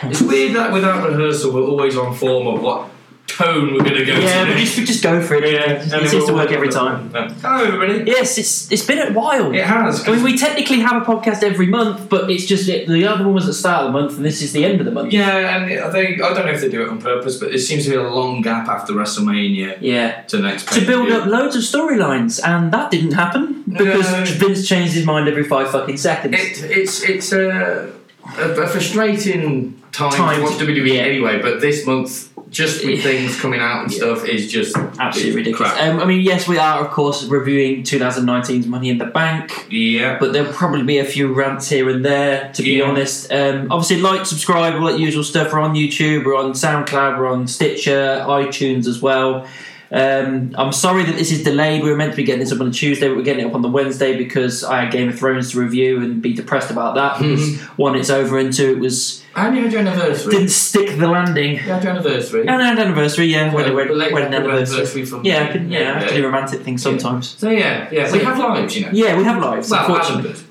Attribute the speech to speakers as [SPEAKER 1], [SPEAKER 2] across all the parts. [SPEAKER 1] that without rehearsal, we're always on form of what tone we're going to go
[SPEAKER 2] yeah,
[SPEAKER 1] to.
[SPEAKER 2] but
[SPEAKER 1] next.
[SPEAKER 2] just, just go for it.
[SPEAKER 1] and then
[SPEAKER 2] it seems
[SPEAKER 1] we'll
[SPEAKER 2] to work
[SPEAKER 1] work
[SPEAKER 2] every time.
[SPEAKER 1] on that. Hello, everybody.
[SPEAKER 2] Yes, it's it's been a while.
[SPEAKER 1] It has.
[SPEAKER 2] I mean, we technically have a podcast every month, but it's just it, the other one was at the start of the month, and this is the end of the month.
[SPEAKER 1] yeah, and I think I don't know if they do it on purpose, but it seems to be a long gap after WrestleMania
[SPEAKER 2] Yeah.
[SPEAKER 1] to next.
[SPEAKER 2] To build
[SPEAKER 1] pay-per-view.
[SPEAKER 2] up loads of storylines, and that didn't happen because
[SPEAKER 1] No.
[SPEAKER 2] Vince changed his mind every five fucking seconds.
[SPEAKER 1] It, it's it's a, a, a frustrating time,
[SPEAKER 2] Time
[SPEAKER 1] to watch
[SPEAKER 2] to-
[SPEAKER 1] WWE
[SPEAKER 2] yeah.
[SPEAKER 1] anyway, but this month, just with
[SPEAKER 2] Yeah.
[SPEAKER 1] things coming out and
[SPEAKER 2] Yeah.
[SPEAKER 1] stuff, is just
[SPEAKER 2] Absolutely
[SPEAKER 1] it's
[SPEAKER 2] ridiculous.
[SPEAKER 1] crap.
[SPEAKER 2] Um, I mean, yes, we are of course reviewing 2019's Money in the Bank,
[SPEAKER 1] Yeah,
[SPEAKER 2] but there'll probably be a few rants here and there. To be
[SPEAKER 1] Yeah.
[SPEAKER 2] honest, um, obviously like, subscribe, all that usual stuff. We're on YouTube, we're on SoundCloud, we're on Stitcher, iTunes as well. Um, I'm sorry that this is delayed. We were meant to be getting this up on a Tuesday, but we're getting it up on the Wednesday because I had Game of Thrones to review and be depressed about that. Because
[SPEAKER 1] Mm-hmm.
[SPEAKER 2] one, it's over, and two, it was
[SPEAKER 1] and you had your anniversary.
[SPEAKER 2] didn't stick the landing.
[SPEAKER 1] you had your anniversary.
[SPEAKER 2] And an anniversary, yeah, wedding, wedding,
[SPEAKER 1] Belated
[SPEAKER 2] wedding anniversary.
[SPEAKER 1] from
[SPEAKER 2] Yeah, I can, yeah, I have to do romantic things
[SPEAKER 1] Yeah.
[SPEAKER 2] sometimes.
[SPEAKER 1] So yeah, yeah, we have lives, you know.
[SPEAKER 2] Yeah, we have lives,
[SPEAKER 1] Well, Adam
[SPEAKER 2] unfortunately.
[SPEAKER 1] does.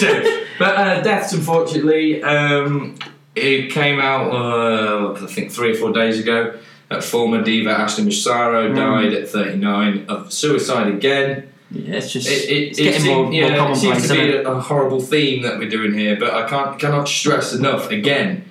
[SPEAKER 1] So, but uh, deaths, unfortunately, um, it came out uh, I think three or four days ago. That former diva Ashley Massaro
[SPEAKER 2] Mm.
[SPEAKER 1] died at 39 of suicide again.
[SPEAKER 2] Yeah, it's
[SPEAKER 1] It,
[SPEAKER 2] just
[SPEAKER 1] it,
[SPEAKER 2] it's
[SPEAKER 1] it
[SPEAKER 2] getting
[SPEAKER 1] seem-
[SPEAKER 2] more,
[SPEAKER 1] yeah,
[SPEAKER 2] more
[SPEAKER 1] it
[SPEAKER 2] commonplace.
[SPEAKER 1] seems to
[SPEAKER 2] isn't
[SPEAKER 1] be
[SPEAKER 2] it?
[SPEAKER 1] a, a horrible theme that we're doing here. But I can't cannot stress enough again.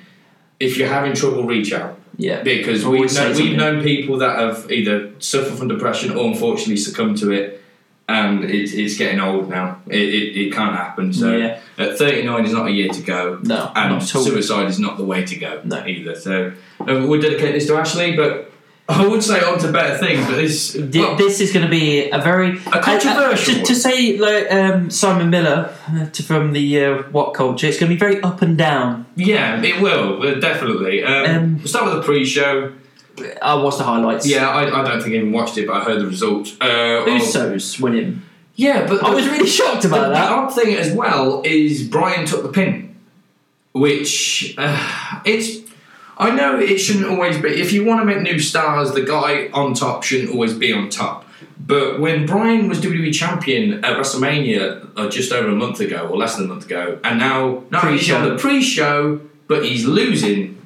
[SPEAKER 1] If you're having trouble, reach out
[SPEAKER 2] Yeah.
[SPEAKER 1] because
[SPEAKER 2] Always
[SPEAKER 1] we've,
[SPEAKER 2] say
[SPEAKER 1] know, we've
[SPEAKER 2] something.
[SPEAKER 1] known people that have either suffered from depression or unfortunately succumbed to it and it, it's getting old now it, it, it can't happen so
[SPEAKER 2] Yeah.
[SPEAKER 1] at 39 is not a year to go
[SPEAKER 2] No,
[SPEAKER 1] and
[SPEAKER 2] not at all.
[SPEAKER 1] suicide is not the way to go
[SPEAKER 2] No.
[SPEAKER 1] either so uh, we'll dedicate this to Ashley but I would say on to better things but this
[SPEAKER 2] Thi-
[SPEAKER 1] well,
[SPEAKER 2] this is going to be a very
[SPEAKER 1] A controversial
[SPEAKER 2] I- I- to, to
[SPEAKER 1] one.
[SPEAKER 2] say like um, Simon Miller uh, to, from the uh, What Culture. It's going to be very up and down.
[SPEAKER 1] yeah it will uh, definitely um,
[SPEAKER 2] Um,
[SPEAKER 1] we'll start with the pre-show
[SPEAKER 2] I watched the highlights.
[SPEAKER 1] yeah I, I don't think I even watched it but I heard the results uh, of-
[SPEAKER 2] Usos winning.
[SPEAKER 1] yeah but
[SPEAKER 2] I was really shocked
[SPEAKER 1] The,
[SPEAKER 2] about
[SPEAKER 1] the
[SPEAKER 2] that.
[SPEAKER 1] odd thing as well is Brian took the pin, which uh, it's. I know it shouldn't always be. If you want to make new stars, the guy on top shouldn't always be on top. But when Brian was WWE champion at WrestleMania uh, just over a month ago, or less than a month ago, and now now he's
[SPEAKER 2] Pre-show.
[SPEAKER 1] on the pre-show, but he's losing.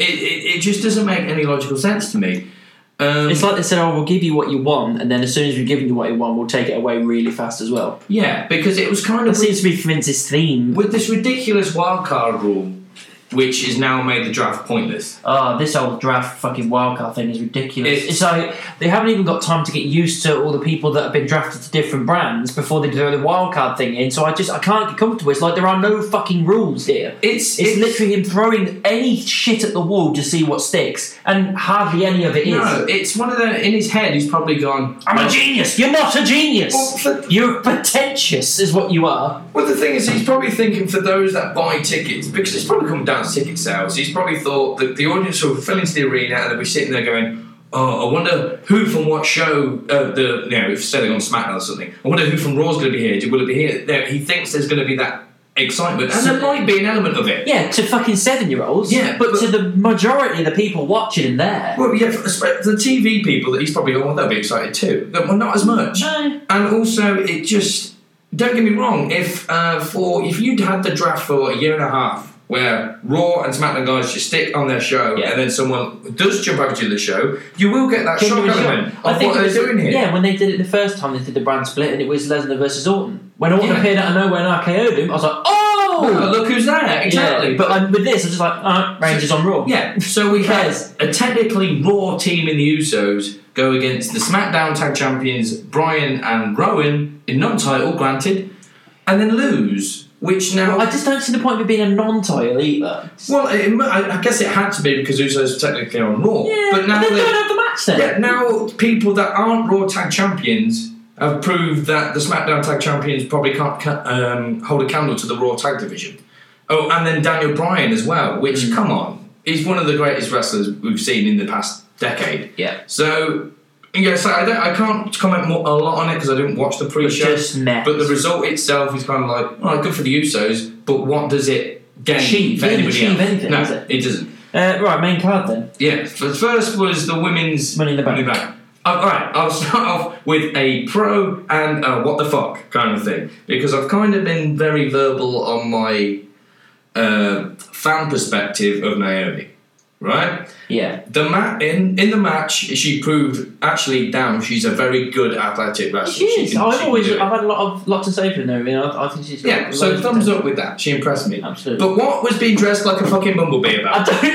[SPEAKER 1] It, it, it just doesn't make any logical sense to me. Um,
[SPEAKER 2] It's like they said, "Oh, we'll give you what you want," and then as soon as we've given you what you want, we'll take it away really fast as well.
[SPEAKER 1] yeah, because it was kind
[SPEAKER 2] That
[SPEAKER 1] of
[SPEAKER 2] seems to be Vince's theme.
[SPEAKER 1] with this ridiculous wildcard rule, which has now made the draft pointless.
[SPEAKER 2] oh, this old draft fucking wildcard thing is ridiculous.
[SPEAKER 1] It's-
[SPEAKER 2] It's, like they haven't even got time to get used to all the people that have been drafted to different brands before they throw the wildcard thing in. So I just I can't get comfortable. It's like there are no fucking rules here.
[SPEAKER 1] It's
[SPEAKER 2] It's, literally him throwing any shit at the wall to see what sticks, and hardly any of it is.
[SPEAKER 1] no, it's one of the in his head. He's probably gone.
[SPEAKER 2] I'm a genius. You're not a genius.
[SPEAKER 1] Well, but-
[SPEAKER 2] You're pretentious, is what you are.
[SPEAKER 1] Well, the thing is, he's probably thinking for those that buy tickets because it's probably come down to ticket sales. He's probably thought that the audience will fill into the arena and they'll be sitting there going. Oh, I wonder who from what show? Uh, the you know, if selling on SmackDown or something. I wonder who from Raw's going to be here. Will it be here? There, he thinks there's going to be that excitement, and there might be an element of it.
[SPEAKER 2] Yeah, to fucking seven year olds.
[SPEAKER 1] Yeah,
[SPEAKER 2] but,
[SPEAKER 1] but-
[SPEAKER 2] to the majority of the people watching in there.
[SPEAKER 1] Well, yeah, for the TV people that he's probably going, well, they'll be excited too. Well, not as much.
[SPEAKER 2] No.
[SPEAKER 1] And also, it just don't get me wrong. If uh, for if you'd had the draft for a year and a half, where Raw and SmackDown guys just stick on their show,
[SPEAKER 2] Yeah.
[SPEAKER 1] and then someone does jump over to the show, you will get that shock
[SPEAKER 2] Genuine
[SPEAKER 1] element of
[SPEAKER 2] shock.
[SPEAKER 1] what
[SPEAKER 2] it
[SPEAKER 1] they're
[SPEAKER 2] was-
[SPEAKER 1] doing here.
[SPEAKER 2] Yeah, when they did it the first time, they did the brand split, and it was Lesnar versus Orton. When Orton
[SPEAKER 1] Yeah.
[SPEAKER 2] appeared out of nowhere and RKO'd him, I was like, oh!
[SPEAKER 1] Oh, look who's there! Exactly.
[SPEAKER 2] Yeah, but um, with this, I'm just like, uh, Rangers on Raw.
[SPEAKER 1] Yeah, so we had a technically raw team in the Usos go against the SmackDown Tag Champions Brian and Rowan in non-title, granted, and then lose. Which now,
[SPEAKER 2] I just don't see the point of it being a non-title either.
[SPEAKER 1] well, it, mu- I I guess it had to be because Usos were technically on Raw,
[SPEAKER 2] Yeah,
[SPEAKER 1] but now
[SPEAKER 2] then
[SPEAKER 1] they-
[SPEAKER 2] don't have the match then.
[SPEAKER 1] yeah, now people that aren't Raw Tag Champions have proved that the SmackDown Tag Champions probably can't ca- um, hold a candle to the Raw Tag Division. Oh, and then Daniel Bryan as well, which,
[SPEAKER 2] Mm.
[SPEAKER 1] come on, he's one of the greatest wrestlers we've seen in the past decade.
[SPEAKER 2] Yeah.
[SPEAKER 1] So, yeah, so I, don't, I can't comment more, a lot on it because I didn't watch the pre-show.
[SPEAKER 2] just meh.
[SPEAKER 1] But the result itself is kind of like, all right, good for the Usos, but what does it gain
[SPEAKER 2] Achieve,
[SPEAKER 1] for
[SPEAKER 2] it doesn't
[SPEAKER 1] anybody
[SPEAKER 2] achieve
[SPEAKER 1] else?
[SPEAKER 2] anything,
[SPEAKER 1] no,
[SPEAKER 2] does it?
[SPEAKER 1] it doesn't.
[SPEAKER 2] Uh, right, main card then.
[SPEAKER 1] Yeah, the first was the women's
[SPEAKER 2] Money in the Bank.
[SPEAKER 1] Uh, all right, I'll start off with a pro and a what the fuck kind of thing because I've kind of been very verbal on my uh, fan perspective of Naomi, right?
[SPEAKER 2] Yeah.
[SPEAKER 1] The ma- in in the match, she proved actually, damn, she's a very good athletic wrestler.
[SPEAKER 2] She is.
[SPEAKER 1] can-
[SPEAKER 2] I've
[SPEAKER 1] can
[SPEAKER 2] always
[SPEAKER 1] do it.
[SPEAKER 2] I've had a lot of lot to say for her. You know, I, I think she's got
[SPEAKER 1] yeah. So
[SPEAKER 2] loads of
[SPEAKER 1] thumbs
[SPEAKER 2] potential.
[SPEAKER 1] up with that. She impressed me.
[SPEAKER 2] Absolutely.
[SPEAKER 1] But what was being dressed like a fucking bumblebee
[SPEAKER 2] I
[SPEAKER 1] about?
[SPEAKER 2] don't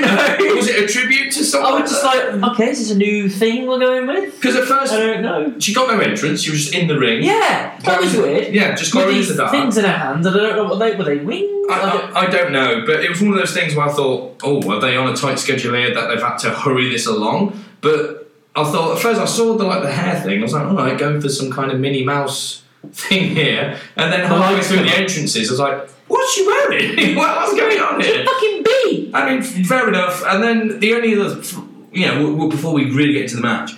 [SPEAKER 2] know.
[SPEAKER 1] was it a tribute to someone?
[SPEAKER 2] I was just like, okay, is this a new thing we're going with?
[SPEAKER 1] because at
[SPEAKER 2] I
[SPEAKER 1] first
[SPEAKER 2] don't know.
[SPEAKER 1] she got no entrance. She was just in the ring.
[SPEAKER 2] Yeah, that was weird.
[SPEAKER 1] Yeah, just
[SPEAKER 2] With
[SPEAKER 1] going into
[SPEAKER 2] these
[SPEAKER 1] that.
[SPEAKER 2] things in her hands, and I don't know what they were. They wings.
[SPEAKER 1] I,
[SPEAKER 2] I don't-
[SPEAKER 1] I, I don't know, but it was one of those things where I thought, oh, are they on a tight schedule here that they've had to hurry this along? But I thought at first I saw the like the hair thing. I was like, all right, going for some kind of Minnie Mouse thing here, and then
[SPEAKER 2] The
[SPEAKER 1] halfway
[SPEAKER 2] lights
[SPEAKER 1] through
[SPEAKER 2] come
[SPEAKER 1] the
[SPEAKER 2] up.
[SPEAKER 1] entrances, I was like, what's she wearing? what, what's going on
[SPEAKER 2] It's
[SPEAKER 1] here?
[SPEAKER 2] a fucking bee.
[SPEAKER 1] I mean, fair enough. And then the only other, you know, w- w- before we really get into the match,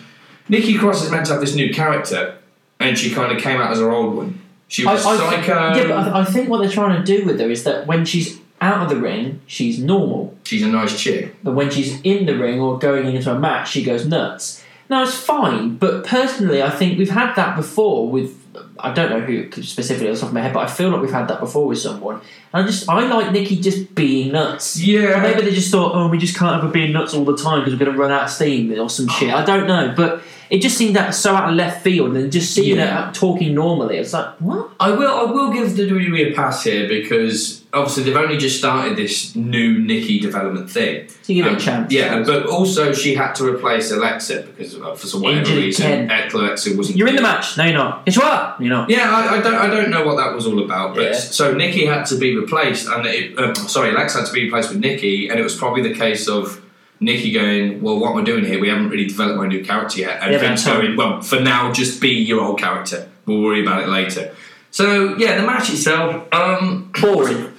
[SPEAKER 1] Nikki Cross is meant to have this new character, and she kind of came out as her old one. She
[SPEAKER 2] I,
[SPEAKER 1] was
[SPEAKER 2] I-
[SPEAKER 1] psycho.
[SPEAKER 2] yeah, but I, I think what they're trying to do with her is that when she's out of the ring, she's normal,
[SPEAKER 1] She's a nice chick.
[SPEAKER 2] but when she's in the ring or going into a match, she goes nuts. Now it's fine, but personally, I think we've had that before with. I don't know who specifically off the top of my head, but I feel like we've had that before with someone. And I just, I like Nikki just being nuts.
[SPEAKER 1] Yeah.
[SPEAKER 2] Or maybe they just thought, oh, we just can't have her being nuts all the time because we're going to run out of steam or some shit. I don't know, but it just seemed that so out of left field and just seeing
[SPEAKER 1] Yeah.
[SPEAKER 2] her talking normally. It's like, what?
[SPEAKER 1] I will. I will give the WWE a pass here because obviously they've only just started this new Nikki development thing.
[SPEAKER 2] So you give
[SPEAKER 1] Um,
[SPEAKER 2] it a chance.
[SPEAKER 1] Yeah, but also she had to replace Alexa because uh, for some whatever
[SPEAKER 2] Injured
[SPEAKER 1] reason
[SPEAKER 2] Ken.
[SPEAKER 1] Alexa wasn't.
[SPEAKER 2] You're in the match. No, you're not. Yes, you are. You're not.
[SPEAKER 1] Yeah, I, I don't. I don't know what that was all about. But
[SPEAKER 2] Yeah.
[SPEAKER 1] so Nikki had to be replaced, and it, um, sorry, Alexa had to be replaced with Nikki, and it was probably the case of. Nikki going, well, what am I doing here? We haven't really developed my new character yet. And
[SPEAKER 2] Yeah, but
[SPEAKER 1] Vince
[SPEAKER 2] I'm-
[SPEAKER 1] going, well, for now, just be your old character. We'll worry about it later. So, yeah, the match itself, um,
[SPEAKER 2] Boring.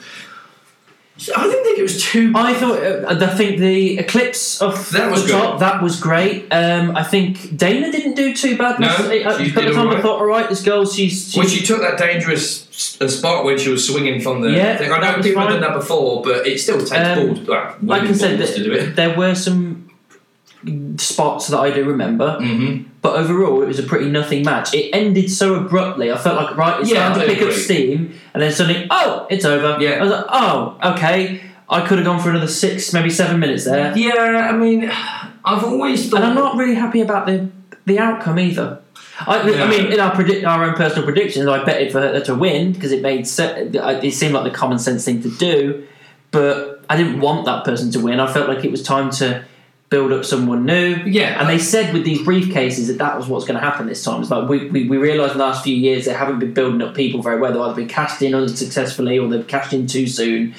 [SPEAKER 1] I didn't think it was too.
[SPEAKER 2] I thought. Uh, I think the eclipse of
[SPEAKER 1] That was
[SPEAKER 2] the top
[SPEAKER 1] good.
[SPEAKER 2] that was great. Um, I think Dana didn't do too bad.
[SPEAKER 1] No,
[SPEAKER 2] This- uh,
[SPEAKER 1] she
[SPEAKER 2] a couple
[SPEAKER 1] did
[SPEAKER 2] of times
[SPEAKER 1] alright.
[SPEAKER 2] I thought, all right, this girl, she's, she's
[SPEAKER 1] when she took that dangerous s- uh, spot when she was swinging from the.
[SPEAKER 2] Yeah,
[SPEAKER 1] thing, I
[SPEAKER 2] that
[SPEAKER 1] know
[SPEAKER 2] was
[SPEAKER 1] people have
[SPEAKER 2] fine.
[SPEAKER 1] done that before, but it still takes
[SPEAKER 2] Um,
[SPEAKER 1] balls. Well,
[SPEAKER 2] like I
[SPEAKER 1] women
[SPEAKER 2] said,
[SPEAKER 1] balls to do
[SPEAKER 2] th-
[SPEAKER 1] it.
[SPEAKER 2] there were some spots that I do remember.
[SPEAKER 1] Mm-hmm.
[SPEAKER 2] But overall, it was a pretty nothing match. It ended so abruptly. I felt like right, it's
[SPEAKER 1] Yeah,
[SPEAKER 2] time
[SPEAKER 1] I
[SPEAKER 2] to pick
[SPEAKER 1] agree.
[SPEAKER 2] up steam, and then suddenly, oh, it's over.
[SPEAKER 1] Yeah.
[SPEAKER 2] I was like, oh, okay. I could have gone for another six, maybe seven minutes there,
[SPEAKER 1] Yeah, I mean, I've always thought.
[SPEAKER 2] and I'm not really happy about the the outcome either. I,
[SPEAKER 1] No.
[SPEAKER 2] I mean, in our predict our own personal predictions, I betted for her to win because it made se- it seemed like the common sense thing to do, but I didn't want that person to win. I felt like it was time to build up someone new.
[SPEAKER 1] Yeah,
[SPEAKER 2] And they said with these briefcases that that was what's going to happen this time. It's like we, we, we realised in the last few years they haven't been building up people very well. They've either been cashed in unsuccessfully or they've cashed in too soon.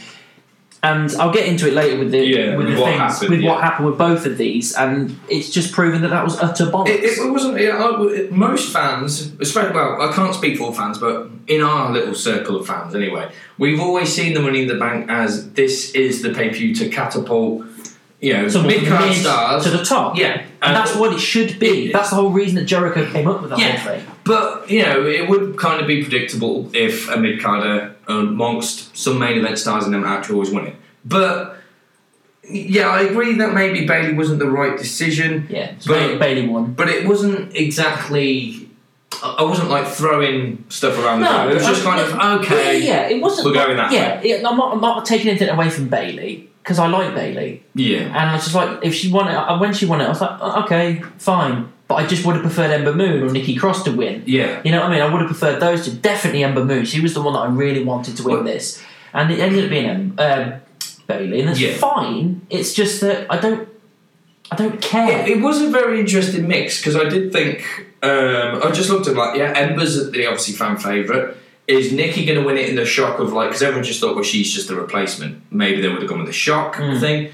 [SPEAKER 2] And I'll get into it later with the
[SPEAKER 1] Yeah,
[SPEAKER 2] with,
[SPEAKER 1] with
[SPEAKER 2] the
[SPEAKER 1] what
[SPEAKER 2] things
[SPEAKER 1] happened,
[SPEAKER 2] with
[SPEAKER 1] yeah.
[SPEAKER 2] what happened with both of these, and it's just proven that that was utter bollocks.
[SPEAKER 1] It, it wasn't. Yeah, I, it- most fans, especially well, I can't speak for all fans, but in our little circle of fans, anyway, we've always seen the Money in the Bank as this is the pay per view to catapult, you know,
[SPEAKER 2] Someone from
[SPEAKER 1] mid
[SPEAKER 2] the
[SPEAKER 1] card
[SPEAKER 2] mid
[SPEAKER 1] stars
[SPEAKER 2] to the top.
[SPEAKER 1] Yeah,
[SPEAKER 2] And that's what it should be.
[SPEAKER 1] It-
[SPEAKER 2] that's the whole reason that Jericho came up with that
[SPEAKER 1] Yeah.
[SPEAKER 2] whole thing.
[SPEAKER 1] But you know, it would kind of be predictable if a mid-carder um, amongst some main event stars in them actually always won it. But yeah, I agree that maybe Bailey wasn't the right decision,
[SPEAKER 2] Yeah,
[SPEAKER 1] But-
[SPEAKER 2] Bailey, Bailey won.
[SPEAKER 1] but it wasn't exactly. I I wasn't like throwing stuff around the room. It was just
[SPEAKER 2] I-
[SPEAKER 1] kind of okay.
[SPEAKER 2] Yeah, yeah, it wasn't.
[SPEAKER 1] we're going that
[SPEAKER 2] yeah, yeah, I'm not, I'm not taking anything away from Bailey because I like Bailey.
[SPEAKER 1] yeah.
[SPEAKER 2] And I was just like, if she won it, uh, when she won it, I was like, oh, okay, fine. But I just would have preferred Ember Moon or Nikki Cross to win.
[SPEAKER 1] Yeah.
[SPEAKER 2] You know what I mean? I would have preferred those two. Definitely Ember Moon. She was the one that I really wanted to win
[SPEAKER 1] Well-
[SPEAKER 2] this. And it ended up being um, um, Bailey, and that's
[SPEAKER 1] Yeah.
[SPEAKER 2] fine. It's just that I don't, I don't care.
[SPEAKER 1] It, it was a very interesting mix because I did think um, I just looked at like yeah, Ember's the obviously fan favorite. Is Nikki going to win it in the shock of like because everyone just thought well she's just a replacement. Maybe they would have gone with the shock
[SPEAKER 2] Hmm.
[SPEAKER 1] thing.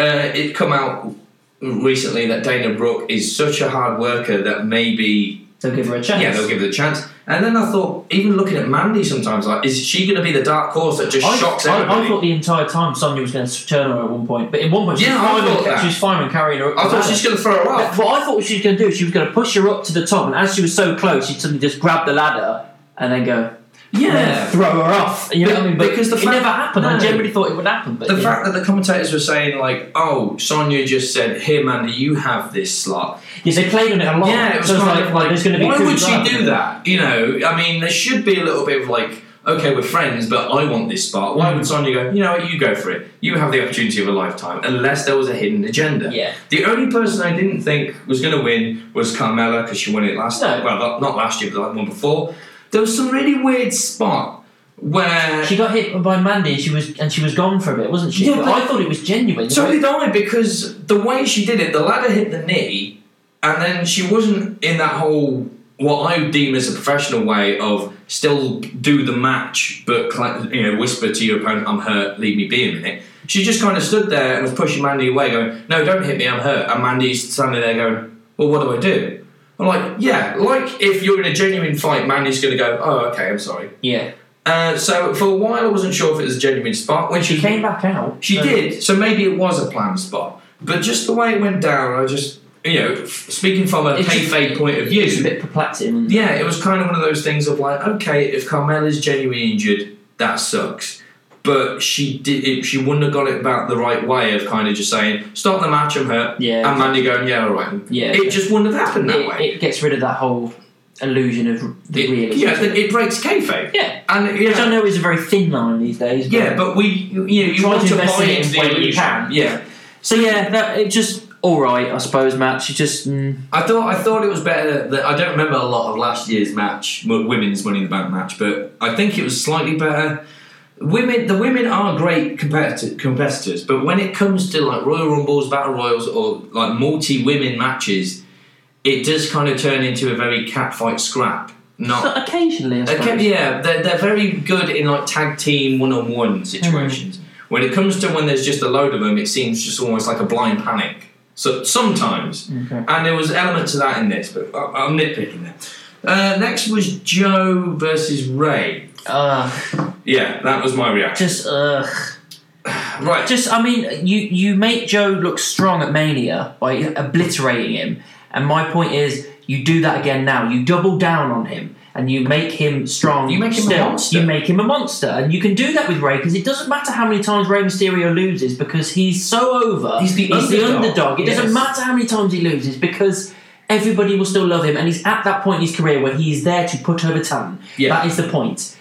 [SPEAKER 1] Uh, it come out recently that Dana Brooke is such a hard worker that maybe
[SPEAKER 2] They'll give her a chance.
[SPEAKER 1] yeah they'll give her the chance. And then I thought even looking at Mandy sometimes like is she going to be the dark horse that just
[SPEAKER 2] I,
[SPEAKER 1] shocks
[SPEAKER 2] I,
[SPEAKER 1] everybody?
[SPEAKER 2] I thought the entire time Sonya was going to turn her at one point, but at one point she
[SPEAKER 1] Yeah, I
[SPEAKER 2] was,
[SPEAKER 1] thought
[SPEAKER 2] fine
[SPEAKER 1] that.
[SPEAKER 2] with, she was fine with carrying her. up
[SPEAKER 1] I
[SPEAKER 2] the
[SPEAKER 1] thought
[SPEAKER 2] ladder.
[SPEAKER 1] she's going to throw her off.
[SPEAKER 2] What I thought she was going to do, she was going to push her up to the top, and as she was so close, she'd suddenly just grab the ladder and then go,
[SPEAKER 1] Yeah.
[SPEAKER 2] throw her off. You know
[SPEAKER 1] Be-
[SPEAKER 2] what I mean? But
[SPEAKER 1] because the
[SPEAKER 2] it
[SPEAKER 1] fact-
[SPEAKER 2] never happened.
[SPEAKER 1] No.
[SPEAKER 2] I generally thought it would happen, but
[SPEAKER 1] the
[SPEAKER 2] yeah.
[SPEAKER 1] fact that the commentators were saying like, "Oh, Sonia just said, here, Mandy, you have this slot."
[SPEAKER 2] yes, they played on it a lot.
[SPEAKER 1] Yeah, it was
[SPEAKER 2] so it's
[SPEAKER 1] kind
[SPEAKER 2] like,
[SPEAKER 1] of
[SPEAKER 2] there's going to be
[SPEAKER 1] why
[SPEAKER 2] two
[SPEAKER 1] would she
[SPEAKER 2] drivers.
[SPEAKER 1] do that? You know, I mean, there should be a little bit of like, okay, we're friends, but I want this spot. Why
[SPEAKER 2] Mm.
[SPEAKER 1] would Sonya go, you know what, you go for it. You have the opportunity of a lifetime, unless there was a hidden agenda.
[SPEAKER 2] Yeah.
[SPEAKER 1] The only person I didn't think was going to win was Carmella, because she won it last
[SPEAKER 2] No.
[SPEAKER 1] Well, not, not last year, but the one before. There was some really weird spot where.
[SPEAKER 2] She got hit by Mandy. And she was and she was gone for a bit, wasn't she?
[SPEAKER 1] Yeah,
[SPEAKER 2] But
[SPEAKER 1] but-
[SPEAKER 2] I thought it was genuine.
[SPEAKER 1] So
[SPEAKER 2] I-
[SPEAKER 1] did I because the way she did it, the ladder hit the knee, and then she wasn't in that whole what I deem as a professional way of still do the match, but cla- you know whisper to your opponent, "I'm hurt, leave me be a minute." She just kind of stood there and was pushing Mandy away, going, "No, don't hit me, I'm hurt." And Mandy's standing there going, "Well, what do I do?" I'm like, "Yeah, like if you're in a genuine fight, Mandy's going to go, oh, okay, I'm sorry."
[SPEAKER 2] yeah,
[SPEAKER 1] Uh, so for a while, I wasn't sure if it was a genuine spot. When
[SPEAKER 2] she came back out.
[SPEAKER 1] she
[SPEAKER 2] so-
[SPEAKER 1] did, so maybe it was a planned spot. But just the way it went down, I just, you know, f- speaking from a
[SPEAKER 2] It's just-
[SPEAKER 1] kayfabe point of
[SPEAKER 2] It's a
[SPEAKER 1] view,
[SPEAKER 2] bit perplexing.
[SPEAKER 1] yeah, it was kind of one of those things of like, okay, if Carmella's genuinely injured, that sucks. But she did, it, she wouldn't have got it about the right way of kind of just saying, start the match, I'm hurt.
[SPEAKER 2] Yeah,
[SPEAKER 1] And Mandy going, yeah, all right.
[SPEAKER 2] Yeah,
[SPEAKER 1] It just wouldn't have happened that
[SPEAKER 2] it,
[SPEAKER 1] way.
[SPEAKER 2] it gets rid of that whole illusion of the
[SPEAKER 1] It-
[SPEAKER 2] real.
[SPEAKER 1] yeah, it, it breaks kayfabe.
[SPEAKER 2] Yeah.
[SPEAKER 1] And, you
[SPEAKER 2] Which I
[SPEAKER 1] know,
[SPEAKER 2] know is a very thin line these days. But
[SPEAKER 1] yeah, but we, you know, you
[SPEAKER 2] Try
[SPEAKER 1] want
[SPEAKER 2] to
[SPEAKER 1] to buy
[SPEAKER 2] investigate
[SPEAKER 1] into the
[SPEAKER 2] when you
[SPEAKER 1] illusion.
[SPEAKER 2] can.
[SPEAKER 1] Yeah.
[SPEAKER 2] So yeah, that it just all right, I suppose. Matt, she just mm,
[SPEAKER 1] I thought I thought it was better. That I don't remember a lot of last year's match, w- women's Money in the Bank match, but I think it was slightly better. Women, the women are great competitor, competitors, but when it comes to like Royal Rumbles, Battle Royals, or like multi women matches, it does kind of turn into a very catfight scrap. Not
[SPEAKER 2] so- occasionally. I suppose.
[SPEAKER 1] Okay, yeah, they're, they're very good in like tag team one on
[SPEAKER 2] Mm-hmm.
[SPEAKER 1] one situations. When it comes to when there's just a load of them, it seems just almost like a blind panic. So sometimes,
[SPEAKER 2] Okay.
[SPEAKER 1] and there was elements of that in this, but I, I'm nitpicking there. Uh, next was Joe versus Ray.
[SPEAKER 2] Ugh,
[SPEAKER 1] Yeah, that was my reaction.
[SPEAKER 2] just ugh.
[SPEAKER 1] Right,
[SPEAKER 2] Just, I mean, you you make Joe look strong at Mania by obliterating him, and my point is, you do that again now. You double down on him, and you make him strong.
[SPEAKER 1] You make him a
[SPEAKER 2] still.
[SPEAKER 1] monster.
[SPEAKER 2] You make him a monster, and you can do that with Ray because it doesn't matter how many times Ray Mysterio loses because he's so over.
[SPEAKER 1] He's the underdog.
[SPEAKER 2] underdog. It
[SPEAKER 1] Yes.
[SPEAKER 2] doesn't matter how many times he loses because. Everybody will still love him, and he's at that point in his career where he is there to put over Tan.
[SPEAKER 1] Yeah.
[SPEAKER 2] That is the point.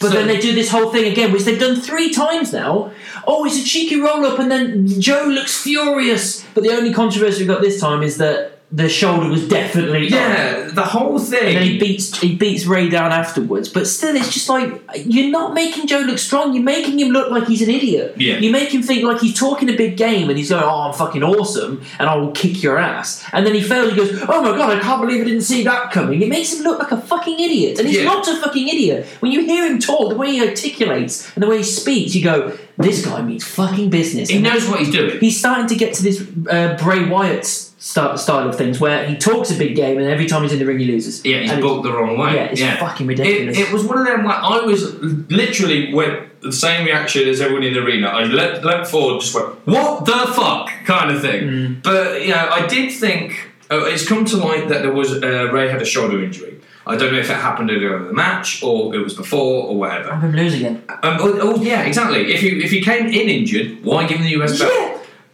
[SPEAKER 2] But
[SPEAKER 1] So-
[SPEAKER 2] then they do this whole thing again, which they've done three times now. Oh, it's a cheeky roll up, and then Joe looks furious. But the only controversy we got this time is that the shoulder was definitely up.
[SPEAKER 1] yeah, the whole
[SPEAKER 2] And then
[SPEAKER 1] thing.
[SPEAKER 2] he beats he beats Ray down afterwards. But still, it's just like you're not making Joe look strong. You're making him look like he's an idiot.
[SPEAKER 1] Yeah.
[SPEAKER 2] You make him think like he's talking a big game and he's going, "Oh, I'm fucking awesome, and I will kick your ass." And then he fails. He goes, "Oh my god, I can't believe I didn't see that coming." It makes him look like a fucking idiot, and he's
[SPEAKER 1] Yeah.
[SPEAKER 2] not a fucking idiot. When you hear him talk, the way he articulates and the way he speaks, you go, "This guy means fucking business."
[SPEAKER 1] He
[SPEAKER 2] And
[SPEAKER 1] knows what he's doing.
[SPEAKER 2] he's starting to get to this uh, Bray Wyatt st- style of things where he talks a big game and every time he's in the ring he loses.
[SPEAKER 1] Yeah, he's
[SPEAKER 2] And
[SPEAKER 1] booked the wrong way.
[SPEAKER 2] Yeah, it's fucking
[SPEAKER 1] It,
[SPEAKER 2] ridiculous.
[SPEAKER 1] it was one of them. Like I was literally went the same reaction as everyone in the arena. I leapt, leapt forward, just went "What the fuck?" kind of thing.
[SPEAKER 2] Mm.
[SPEAKER 1] But you know, I did think oh, it's come to light that there was uh, Ray had a shoulder injury. I don't know if it happened earlier in the match or it was before or whatever.
[SPEAKER 2] I'm going to lose again.
[SPEAKER 1] Um, oh, oh, yeah, exactly. If you if you came in injured, why give him the US belt?
[SPEAKER 2] Yeah.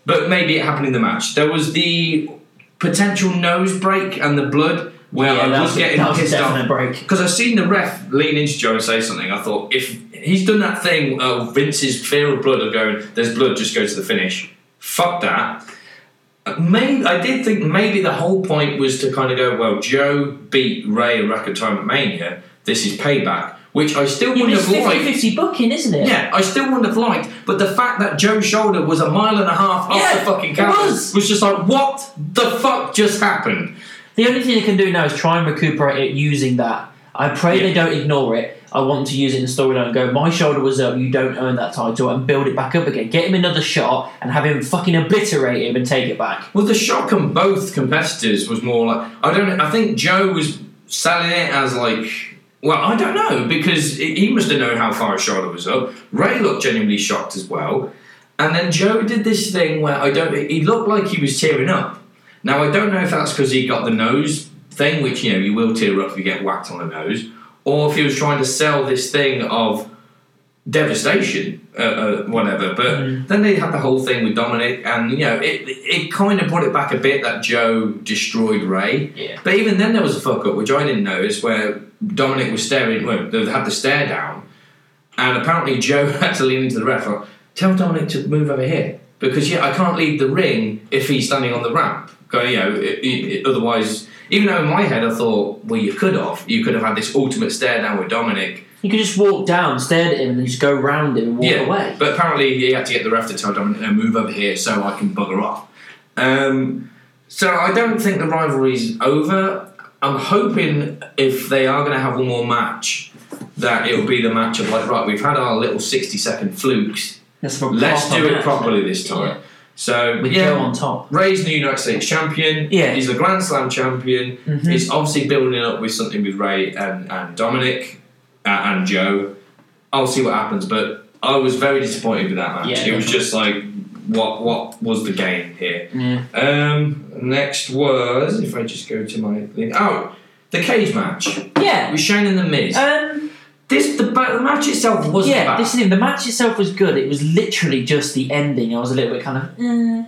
[SPEAKER 1] But maybe it happened in the match. There was the potential nose break and the blood. Where
[SPEAKER 2] Yeah,
[SPEAKER 1] I
[SPEAKER 2] that
[SPEAKER 1] was,
[SPEAKER 2] was a-
[SPEAKER 1] getting
[SPEAKER 2] that was a
[SPEAKER 1] pissed off
[SPEAKER 2] definite break.
[SPEAKER 1] because I seen the ref lean into Joe and say something. I thought if he's done that thing of Vince's fear of blood of going, there's blood, just go to the finish. Fuck that. Maybe I did think maybe the whole point was to kind of go, well, Joe beat Ray in record time at Mania. This is payback, which I still
[SPEAKER 2] Yeah, but
[SPEAKER 1] wouldn't
[SPEAKER 2] it's
[SPEAKER 1] have liked.
[SPEAKER 2] 50 50 booking, isn't it?
[SPEAKER 1] Yeah, I still wouldn't have liked, but the fact that Joe's shoulder was a mile and a half off
[SPEAKER 2] Yeah,
[SPEAKER 1] the fucking
[SPEAKER 2] it
[SPEAKER 1] canvas
[SPEAKER 2] was.
[SPEAKER 1] just like, what the fuck just happened?
[SPEAKER 2] The only thing they can do now is try and recuperate it using that. I pray
[SPEAKER 1] Yeah.
[SPEAKER 2] they don't ignore it. I want them to use it in the storyline and go, my shoulder was up, you don't earn that title, and build it back up again. Get him another shot and have him fucking obliterate him and take it back.
[SPEAKER 1] Well, the shock on both competitors was more like, I don't know, I think Joe was selling it as like, well, I don't know, because he he must have known how far his shoulder was up. Ray looked genuinely shocked as well. And then Joe did this thing where I don't, he looked like he was tearing up. Now, I don't know if that's because he got the nose thing, which, you know, you will tear up if you get whacked on the nose, or if he was trying to sell this thing of devastation, uh, uh, whatever. But then they had the whole thing with Dominic, and, you know, it, it kind of brought it back a bit that Joe destroyed Ray.
[SPEAKER 2] Yeah.
[SPEAKER 1] But even then, there was a fuck up, which I didn't notice, where Dominic was staring, well, they had the stare down. And apparently Joe had to lean into the ref. Like, Tell Dominic to move over here because yeah, I can't leave the ring if he's standing on the ramp. Go, you know, it, it, otherwise. Even though in my head I thought, well, you could have, you could have had this ultimate stare down with Dominic.
[SPEAKER 2] You could just walk down, stare at him, and then just go round him and walk
[SPEAKER 1] yeah,
[SPEAKER 2] away.
[SPEAKER 1] but apparently he had to get the ref to tell Dominic, no, move over here so I can bugger off. Um, so I don't think the rivalry's over. I'm hoping if they are going to have one more match, that it'll be the match of like, right, we've had our little 60 second flukes.
[SPEAKER 2] That's for
[SPEAKER 1] Let's
[SPEAKER 2] proper
[SPEAKER 1] do it
[SPEAKER 2] match.
[SPEAKER 1] properly this time.
[SPEAKER 2] Yeah.
[SPEAKER 1] So
[SPEAKER 2] With
[SPEAKER 1] yeah,
[SPEAKER 2] Joe on top.
[SPEAKER 1] Ray's new United States champion.
[SPEAKER 2] Yeah.
[SPEAKER 1] He's the Grand Slam champion.
[SPEAKER 2] Mhm.
[SPEAKER 1] He's obviously building up with something with Ray and, and Dominic uh, and Joe. I'll see what happens, but I was very disappointed with that match.
[SPEAKER 2] Yeah,
[SPEAKER 1] it was just like, what what was the game here?
[SPEAKER 2] Yeah.
[SPEAKER 1] Um, next was, if I just go to my thing. Oh, the cage match
[SPEAKER 2] Yeah.
[SPEAKER 1] with Shane and The Miz.
[SPEAKER 2] Um,
[SPEAKER 1] this, the, ba- the match itself wasn't
[SPEAKER 2] yeah,
[SPEAKER 1] bad.
[SPEAKER 2] this is it. The match itself was good. It was literally just the ending. I was a little bit kind of. "Eh."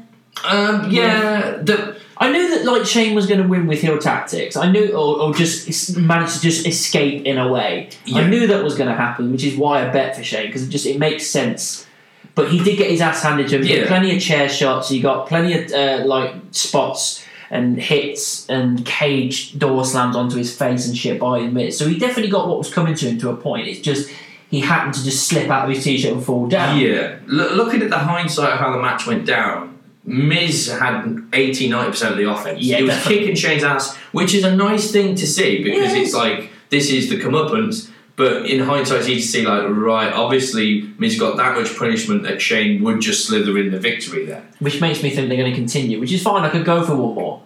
[SPEAKER 1] um, yeah, the,
[SPEAKER 2] I knew that like Shane was going to win with heel tactics. I knew, or, or just es- managed to just escape in a way.
[SPEAKER 1] Yeah.
[SPEAKER 2] I knew that was going to happen, which is why I bet for Shane because it just it makes sense. But he did get his ass handed to him. He
[SPEAKER 1] Yeah.
[SPEAKER 2] got plenty of chair shots. He got plenty of uh, like spots and hits and cage door slams onto his face and shit by his So he definitely got what was coming to him to a point. It's just he happened to just slip out of his t-shirt and fall down.
[SPEAKER 1] Yeah. L- looking at the hindsight of how the match went down, Miz had 80 90% of the offense.
[SPEAKER 2] Yeah,
[SPEAKER 1] he was
[SPEAKER 2] definitely.
[SPEAKER 1] kicking Shane's ass, which is a nice thing to see because
[SPEAKER 2] Yeah.
[SPEAKER 1] it's like this is the comeuppance. But in hindsight, it's easy to see, like, right, obviously, Miz got that much punishment that Shane would just slither in the victory there.
[SPEAKER 2] which makes me think they're going to continue, which is fine. I could go for one more.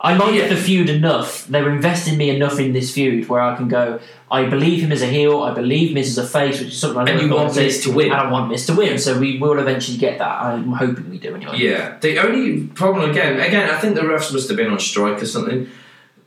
[SPEAKER 2] I like
[SPEAKER 1] Yeah.
[SPEAKER 2] the feud enough. They're investing me enough in this feud where I can go. I believe him as a heel. I believe Miz as a face, which is something I know
[SPEAKER 1] And you
[SPEAKER 2] everyone
[SPEAKER 1] want
[SPEAKER 2] says,
[SPEAKER 1] Miz to win.
[SPEAKER 2] And I want Miz to win, so we will eventually get that. I'm hoping we do anyway.
[SPEAKER 1] Yeah. The only problem, again, again, I think the refs must have been on strike or something.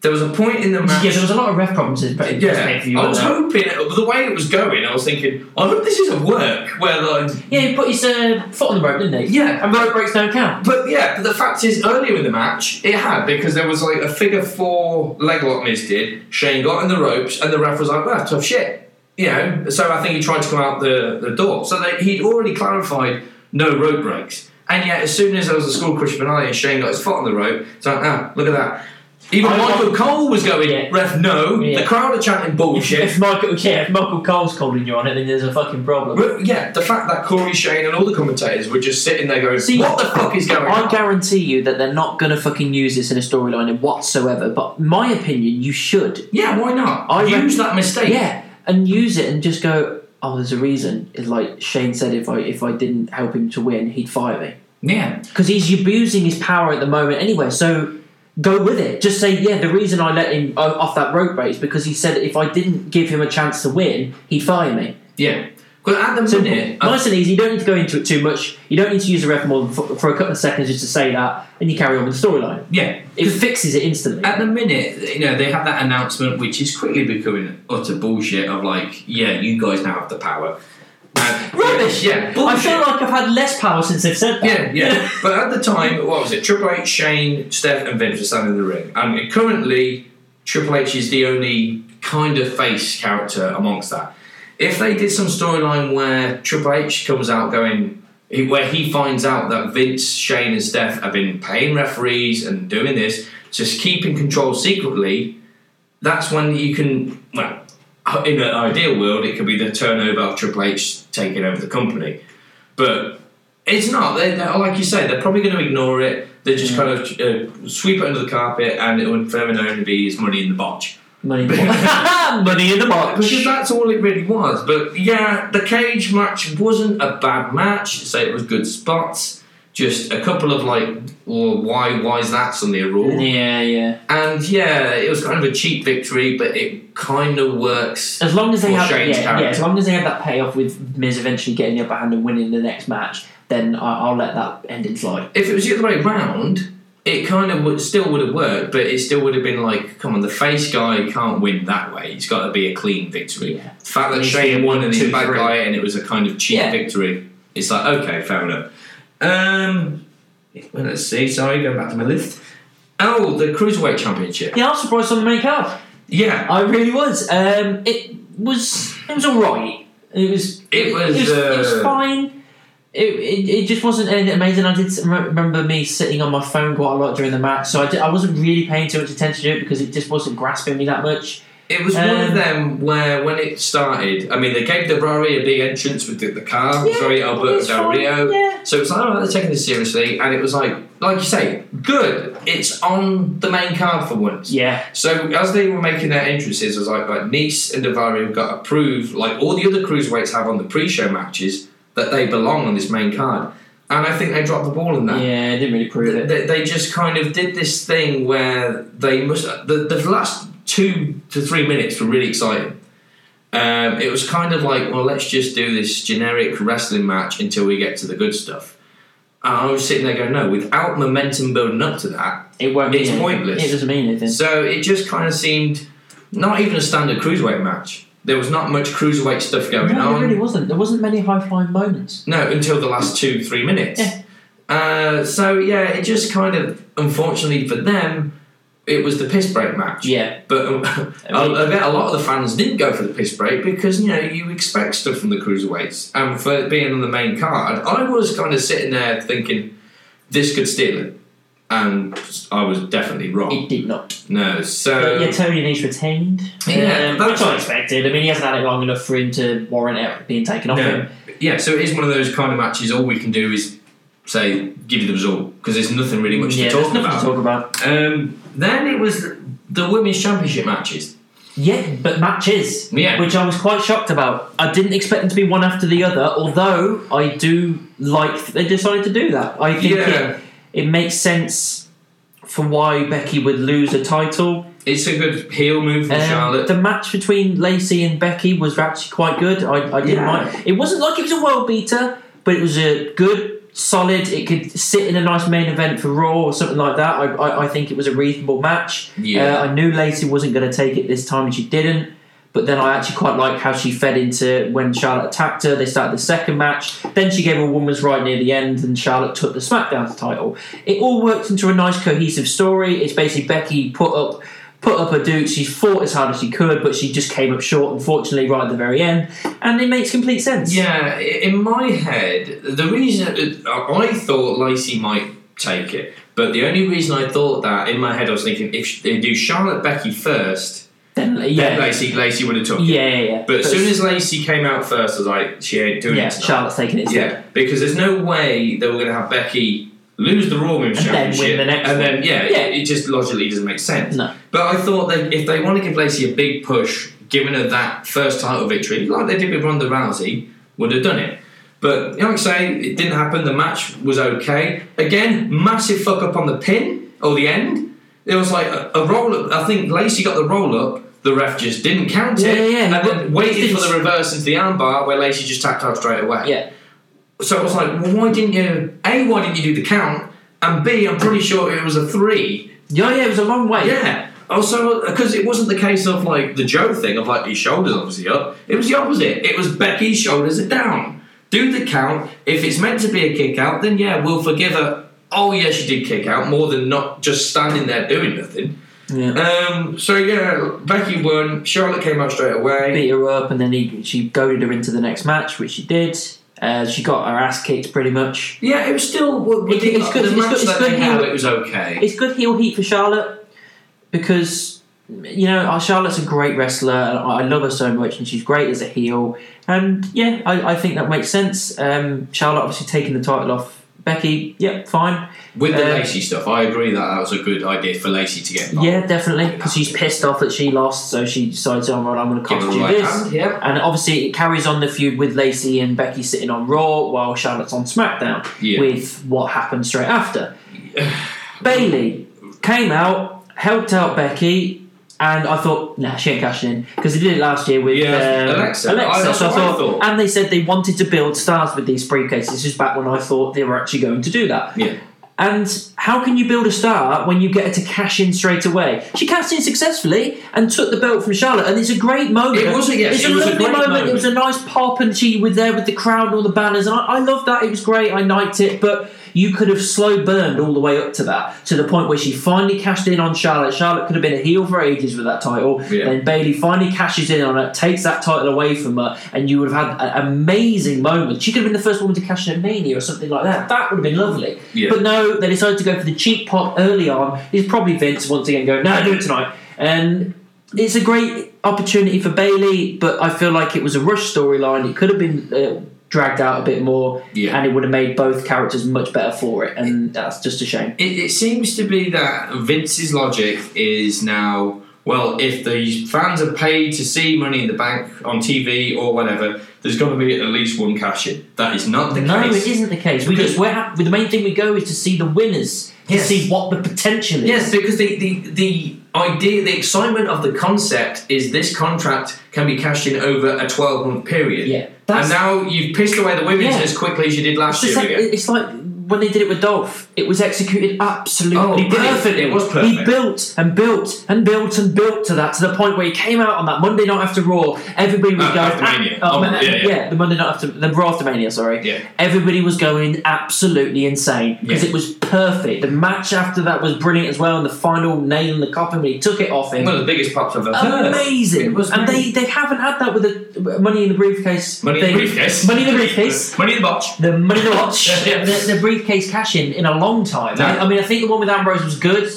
[SPEAKER 1] There was a point in the match.
[SPEAKER 2] Yeah, there was a lot of ref problems in in this
[SPEAKER 1] Yeah, Oh,
[SPEAKER 2] pay-per-view,
[SPEAKER 1] I was
[SPEAKER 2] wasn't there?
[SPEAKER 1] hoping the way it was going. I was thinking, I hope this isn't work. Where like,
[SPEAKER 2] Yeah, he put his uh, foot on the rope, didn't he?
[SPEAKER 1] Yeah.
[SPEAKER 2] and rope breaks don't count.
[SPEAKER 1] But yeah, but the fact is, earlier in the match, it had because there was like a figure four leg lock Miz did. Shane got in the ropes, and the ref was like, "Well, tough shit," you know. So I think he tried to come out the, the door. So they, he'd already clarified no rope breaks, and yet as soon as there was a school crush finale and Shane got his foot on the rope, it's like, "Ah, look at that." Even
[SPEAKER 2] I-
[SPEAKER 1] Michael Cole was going,
[SPEAKER 2] Yeah.
[SPEAKER 1] "Ref, no."
[SPEAKER 2] Yeah.
[SPEAKER 1] The crowd are chanting bullshit.
[SPEAKER 2] If Michael, yeah, if Michael Cole's calling you on it, then there's a fucking problem.
[SPEAKER 1] But yeah, the fact that Corey Shane and all the commentators were just sitting there going,
[SPEAKER 2] See,
[SPEAKER 1] "What the fuck is going
[SPEAKER 2] I
[SPEAKER 1] on?"
[SPEAKER 2] guarantee you that they're not going to fucking use this in a storyline in whatsoever. But my opinion, you should.
[SPEAKER 1] yeah, why not?
[SPEAKER 2] I
[SPEAKER 1] use that mistake.
[SPEAKER 2] Yeah, and use it and just go. Oh, there's a reason. It's like Shane said, if I if I didn't help him to win, he'd fire me
[SPEAKER 1] yeah.
[SPEAKER 2] because he's abusing his power at the moment anyway. So go with it. Just say, yeah, the reason I let him o- off that rope break is because he said if I didn't give him a chance to win, he'd fire me.
[SPEAKER 1] Yeah. Because at the
[SPEAKER 2] Simple.
[SPEAKER 1] minute, uh, I-
[SPEAKER 2] nice and easy. You don't need to go into it too much. You don't need to use the ref more than for, for a couple of seconds just to say that, and you carry on with the storyline.
[SPEAKER 1] yeah,
[SPEAKER 2] It fixes it instantly.
[SPEAKER 1] at the minute, you know, they have that announcement which is quickly becoming utter bullshit of like, yeah, you guys now have the power. And-
[SPEAKER 2] Rubbish.
[SPEAKER 1] Yeah,
[SPEAKER 2] I
[SPEAKER 1] bullshit.
[SPEAKER 2] feel like I've had less power since they've said
[SPEAKER 1] yeah,
[SPEAKER 2] that.
[SPEAKER 1] yeah. but at the time, what was it? Triple H, Shane, Steph, and Vince were standing in the ring, and currently Triple H is the only kind of face character amongst that. If they did some storyline where Triple H comes out going, where he finds out that Vince, Shane, and Steph have been paying referees and doing this, just keeping control secretly, that's when you can, well, in an ideal world, it could be the turnover of Triple H taking over the company. But it's not. They, they, like you say, they're probably going to ignore it. They just kind of uh, sweep it under the carpet, and it would forever known be his money in the box.
[SPEAKER 2] Money in the box. Money in the
[SPEAKER 1] Because
[SPEAKER 2] box.
[SPEAKER 1] that's all it really was. But yeah, the cage match wasn't a bad match. So it was good spots. Just a couple of like, well, why? Why is that suddenly a rule?
[SPEAKER 2] Yeah, yeah.
[SPEAKER 1] And yeah, it was kind of a cheap victory, but it kind of works.
[SPEAKER 2] As long as they
[SPEAKER 1] Or
[SPEAKER 2] have, yeah,
[SPEAKER 1] Shane's
[SPEAKER 2] yeah,
[SPEAKER 1] character.
[SPEAKER 2] As long as they have that payoff with Miz eventually getting the upper hand and winning the next match, then I, I'll let that ending slide.
[SPEAKER 1] if it was the other way round, it kind of would, still would have worked, but it still would have been like, come on, the face guy can't win that way. It's got to be a clean victory.
[SPEAKER 2] Yeah.
[SPEAKER 1] The fact that
[SPEAKER 2] Needs to
[SPEAKER 1] Shane
[SPEAKER 2] be
[SPEAKER 1] won and he's a
[SPEAKER 2] two,
[SPEAKER 1] bad
[SPEAKER 2] three.
[SPEAKER 1] guy and it was a kind of cheap
[SPEAKER 2] Yeah.
[SPEAKER 1] victory, it's like, okay, fair enough. Um, well, let's see. Sorry, going back to my list. Oh, the Cruiserweight Championship.
[SPEAKER 2] Yeah, I was surprised on the main card.
[SPEAKER 1] Yeah.
[SPEAKER 2] I really was. Um, it was it was all right. It was
[SPEAKER 1] It was,
[SPEAKER 2] It was, it was
[SPEAKER 1] uh,
[SPEAKER 2] fine. It, it, it just wasn't anything amazing. I did s- re- remember me sitting on my phone quite a lot during the match, so I, did, I wasn't really paying too much attention to it because it just wasn't grasping me that much.
[SPEAKER 1] It was one of
[SPEAKER 2] Um,
[SPEAKER 1] them where when it started, I mean, they gave the Ferrari a big entrance with the, the car. It was
[SPEAKER 2] Yeah,
[SPEAKER 1] very
[SPEAKER 2] it
[SPEAKER 1] Alberto
[SPEAKER 2] was
[SPEAKER 1] Del
[SPEAKER 2] fine,
[SPEAKER 1] Rio.
[SPEAKER 2] yeah.
[SPEAKER 1] So it's like, oh, they're taking this seriously. And it was like, like you say, good. It's on the main card for once.
[SPEAKER 2] Yeah,
[SPEAKER 1] So as they were making their entrances, I was like, like Nice and Davari have got approved, like all the other cruiserweights have on the pre-show matches, that they belong on this main card. And I think they dropped the ball in that.
[SPEAKER 2] yeah, it didn't really prove it.
[SPEAKER 1] They, they just kind of did this thing where they must. The, the last two to three minutes were really exciting. Um, it was kind of like, well, let's just do this generic wrestling match until we get to the good stuff. And I was sitting there going, no, without momentum building up to that.
[SPEAKER 2] It won't. mean
[SPEAKER 1] It's
[SPEAKER 2] anything.
[SPEAKER 1] pointless.
[SPEAKER 2] It doesn't mean anything.
[SPEAKER 1] So it just kind of seemed not even a standard cruiserweight match. There was not much cruiserweight stuff going
[SPEAKER 2] no,
[SPEAKER 1] on.
[SPEAKER 2] it really wasn't. There wasn't many high flying moments.
[SPEAKER 1] No, until the last two, three minutes.
[SPEAKER 2] Yeah.
[SPEAKER 1] Uh, so yeah, it just kind of, unfortunately for them, it was the piss break match.
[SPEAKER 2] Yeah,
[SPEAKER 1] But um, I, I bet a lot of the fans didn't go for the piss break because you know you expect stuff from the cruiserweights, and for it being on the main card, I was kind of sitting there thinking this could steal it, and I was definitely wrong.
[SPEAKER 2] it did not.
[SPEAKER 1] No, so
[SPEAKER 2] yeah, Tony Nese retained.
[SPEAKER 1] Yeah,
[SPEAKER 2] um,
[SPEAKER 1] that's-
[SPEAKER 2] which I expected. I mean, he hasn't had it long enough for him to warrant it being taken off
[SPEAKER 1] No.
[SPEAKER 2] him.
[SPEAKER 1] yeah, so it is one of those kind of matches. All we can do is say give you the result because there's nothing really much
[SPEAKER 2] yeah,
[SPEAKER 1] to talk
[SPEAKER 2] there's nothing
[SPEAKER 1] about.
[SPEAKER 2] to talk about.
[SPEAKER 1] Um, then it was the women's championship matches.
[SPEAKER 2] Yeah, but matches,
[SPEAKER 1] Yeah.
[SPEAKER 2] which I was quite shocked about. I didn't expect them to be one after the other. Although I do like that they decided to do that. I think
[SPEAKER 1] Yeah.
[SPEAKER 2] it, it makes sense for why Becky would lose a title.
[SPEAKER 1] It's a good heel move from
[SPEAKER 2] Um,
[SPEAKER 1] Charlotte.
[SPEAKER 2] The match between Lacey and Becky was actually quite good. I, I didn't
[SPEAKER 1] Yeah.
[SPEAKER 2] mind. It wasn't like it was a world beater, but it was a good, solid. It could sit in a nice main event for Raw or something like that. I, I, I think it was a reasonable match.
[SPEAKER 1] Yeah.
[SPEAKER 2] Uh, I knew Lacey wasn't going to take it this time, and she didn't. But then I actually quite like how she fed into when Charlotte attacked her. They started the second match. Then she gave her a woman's right near the end, and Charlotte took the SmackDown title. It all worked into a nice cohesive story. It's basically Becky put up put up her duke. She fought as hard as she could, but she just came up short, unfortunately, right at the very end. And it makes complete sense.
[SPEAKER 1] yeah, i- in my head, the reason uh, I thought Lacey might take it, but the only reason I thought that in my head, I was thinking if they do Charlotte Becky first,
[SPEAKER 2] Then,
[SPEAKER 1] yeah.
[SPEAKER 2] yeah.
[SPEAKER 1] Lacey Lacey would have took
[SPEAKER 2] Yeah,
[SPEAKER 1] it.
[SPEAKER 2] yeah, yeah.
[SPEAKER 1] But as soon as Lacey came out first, I was like, she ain't doing
[SPEAKER 2] yeah,
[SPEAKER 1] it. tonight.
[SPEAKER 2] Charlotte's taking it.
[SPEAKER 1] Yeah, because there's no way that we're going to have Becky lose the Raw Women's
[SPEAKER 2] And then
[SPEAKER 1] Championship
[SPEAKER 2] win the next
[SPEAKER 1] and then
[SPEAKER 2] one.
[SPEAKER 1] yeah,
[SPEAKER 2] Yeah.
[SPEAKER 1] It, it just logically doesn't make sense.
[SPEAKER 2] No.
[SPEAKER 1] But I thought that if they want to give Lacey a big push, giving her that first title victory, like they did with Ronda Rousey, would have done it. But like I say, it didn't happen. The match was okay. Again, massive fuck up on the pin or the end. It was like a, a roll up. I think Lacey got the roll up. The ref just didn't count
[SPEAKER 2] Yeah,
[SPEAKER 1] it,
[SPEAKER 2] yeah, yeah.
[SPEAKER 1] and
[SPEAKER 2] But-
[SPEAKER 1] then waited for
[SPEAKER 2] but-
[SPEAKER 1] the reverse into the armbar where Lacey just tapped out straight away.
[SPEAKER 2] Yeah.
[SPEAKER 1] So it was like, well, why didn't you? A, why didn't you do the count? And B, I'm pretty sure it was a three.
[SPEAKER 2] Yeah, yeah, it was a long way.
[SPEAKER 1] Yeah. Also, because it wasn't the case of like the Joe thing of like his shoulders obviously up. It was the opposite. It was Becky's shoulders are down. Do the count. If it's meant to be a kick out, then yeah, we'll forgive her. Oh yeah, she did kick out more than not just standing there doing nothing.
[SPEAKER 2] Yeah.
[SPEAKER 1] Um, so yeah, Becky won. Charlotte came out straight away.
[SPEAKER 2] beat her up, and then he, she goaded her into the next match, which she did. Uh, she got her ass kicked pretty much.
[SPEAKER 1] Yeah, it was still. We, we
[SPEAKER 2] It's-
[SPEAKER 1] did,
[SPEAKER 2] it's good-
[SPEAKER 1] the
[SPEAKER 2] it's
[SPEAKER 1] match
[SPEAKER 2] good- it's
[SPEAKER 1] that
[SPEAKER 2] good
[SPEAKER 1] they
[SPEAKER 2] heel-
[SPEAKER 1] had, it was okay.
[SPEAKER 2] It's good heel heat for Charlotte because you know uh, Charlotte's a great wrestler, and I I love her so much, and she's great as a heel. And yeah, I, I think that makes sense. Um, Charlotte obviously taking the title off Becky. Yep, fine.
[SPEAKER 1] With the
[SPEAKER 2] Um,
[SPEAKER 1] Lacey stuff, I agree that that was a good idea for Lacey to get involved.
[SPEAKER 2] Yeah, definitely, because she's pissed off that she lost, so she decides, "Oh, well, I'm going to
[SPEAKER 1] Give her
[SPEAKER 2] cost
[SPEAKER 1] a
[SPEAKER 2] you
[SPEAKER 1] right
[SPEAKER 2] this."
[SPEAKER 1] hand, yeah.
[SPEAKER 2] And obviously, it carries on the feud with Lacey and Becky sitting on Raw while Charlotte's on SmackDown
[SPEAKER 1] Yeah.
[SPEAKER 2] with what happened straight after. Bailey came out, helped out Becky, and I thought, nah, she ain't cashing in because they did it last year with
[SPEAKER 1] Yeah,
[SPEAKER 2] um,
[SPEAKER 1] Alexa. I- that's
[SPEAKER 2] so
[SPEAKER 1] what I thought.
[SPEAKER 2] And they said they wanted to build stars with these briefcases. This is back when I thought they were actually going to do that.
[SPEAKER 1] Yeah.
[SPEAKER 2] And how can you build a star when you get her to cash in straight away? She cashed in successfully and took the belt from Charlotte, and it's a great moment.
[SPEAKER 1] It was a- yes,
[SPEAKER 2] it's
[SPEAKER 1] it was a
[SPEAKER 2] lovely
[SPEAKER 1] great
[SPEAKER 2] moment. It
[SPEAKER 1] moment.
[SPEAKER 2] was a nice pop, and she was there with the crowd and all the banners, and I, I loved that. It was great. I liked it, but You could have slow burned all the way up to that, to the point where she finally cashed in on Charlotte. Charlotte could have been a heel for ages with that title.
[SPEAKER 1] Yeah.
[SPEAKER 2] Then Bailey finally cashes in on it, takes that title away from her, and you would have had an amazing moment. She could have been the first woman to cash in at Mania or something like that. That would have been lovely.
[SPEAKER 1] Yeah.
[SPEAKER 2] But no, they decided to go for the cheap pop early on. It's probably Vince once again going, no, do it tonight. And it's a great opportunity for Bailey, but I feel like it was a rush storyline. It could have been uh, dragged out a bit more,
[SPEAKER 1] Yeah.
[SPEAKER 2] and it would have made both characters much better for it. And that's just a shame.
[SPEAKER 1] It, it seems to be that Vince's logic is now well, if the fans are paid to see Money in the Bank on TV or whatever, there's got to be at least one cash in. That is not the
[SPEAKER 2] No,
[SPEAKER 1] case.
[SPEAKER 2] it isn't the case. We
[SPEAKER 1] Because-
[SPEAKER 2] just we're hap- the main thing we go is to see the winners, to
[SPEAKER 1] Yes.
[SPEAKER 2] see what the potential is.
[SPEAKER 1] Yes, because the, the, the idea, the excitement of the concept is this contract can be cashed in over a 12 month period.
[SPEAKER 2] Yeah, that's-
[SPEAKER 1] and now you've pissed away the women's
[SPEAKER 2] Yeah.
[SPEAKER 1] as quickly as you did last
[SPEAKER 2] It's the
[SPEAKER 1] year
[SPEAKER 2] same-
[SPEAKER 1] again.
[SPEAKER 2] It's like when they did it with Dolph. It was executed
[SPEAKER 1] Oh,
[SPEAKER 2] absolutely
[SPEAKER 1] brilliant.
[SPEAKER 2] perfectly.
[SPEAKER 1] It was
[SPEAKER 2] He
[SPEAKER 1] perfect.
[SPEAKER 2] built and built and built and built to that to the point where he came out on that Monday night after Raw. Everybody was
[SPEAKER 1] Uh,
[SPEAKER 2] going
[SPEAKER 1] after Mania.
[SPEAKER 2] "Ah,
[SPEAKER 1] Oh,
[SPEAKER 2] man,
[SPEAKER 1] yeah, yeah.
[SPEAKER 2] the Monday night after the Raw after Mania. Sorry,
[SPEAKER 1] Yeah.
[SPEAKER 2] Everybody was going absolutely insane because
[SPEAKER 1] Yeah.
[SPEAKER 2] it was perfect. The match after that was brilliant as well, and the final nail in the coffin when he took it off him.
[SPEAKER 1] One of the biggest pops I've ever heard.
[SPEAKER 2] Amazing,
[SPEAKER 1] It was
[SPEAKER 2] and
[SPEAKER 1] amazing.
[SPEAKER 2] they, they haven't had that with the uh, money in the briefcase.
[SPEAKER 1] Money in the
[SPEAKER 2] thing.
[SPEAKER 1] briefcase.
[SPEAKER 2] Money in the briefcase
[SPEAKER 1] Money in the box.
[SPEAKER 2] the money in the watch,
[SPEAKER 1] Yeah.
[SPEAKER 2] the, the briefcase cash in in a long time.
[SPEAKER 1] No.
[SPEAKER 2] I, I mean, I think the one with Ambrose was good,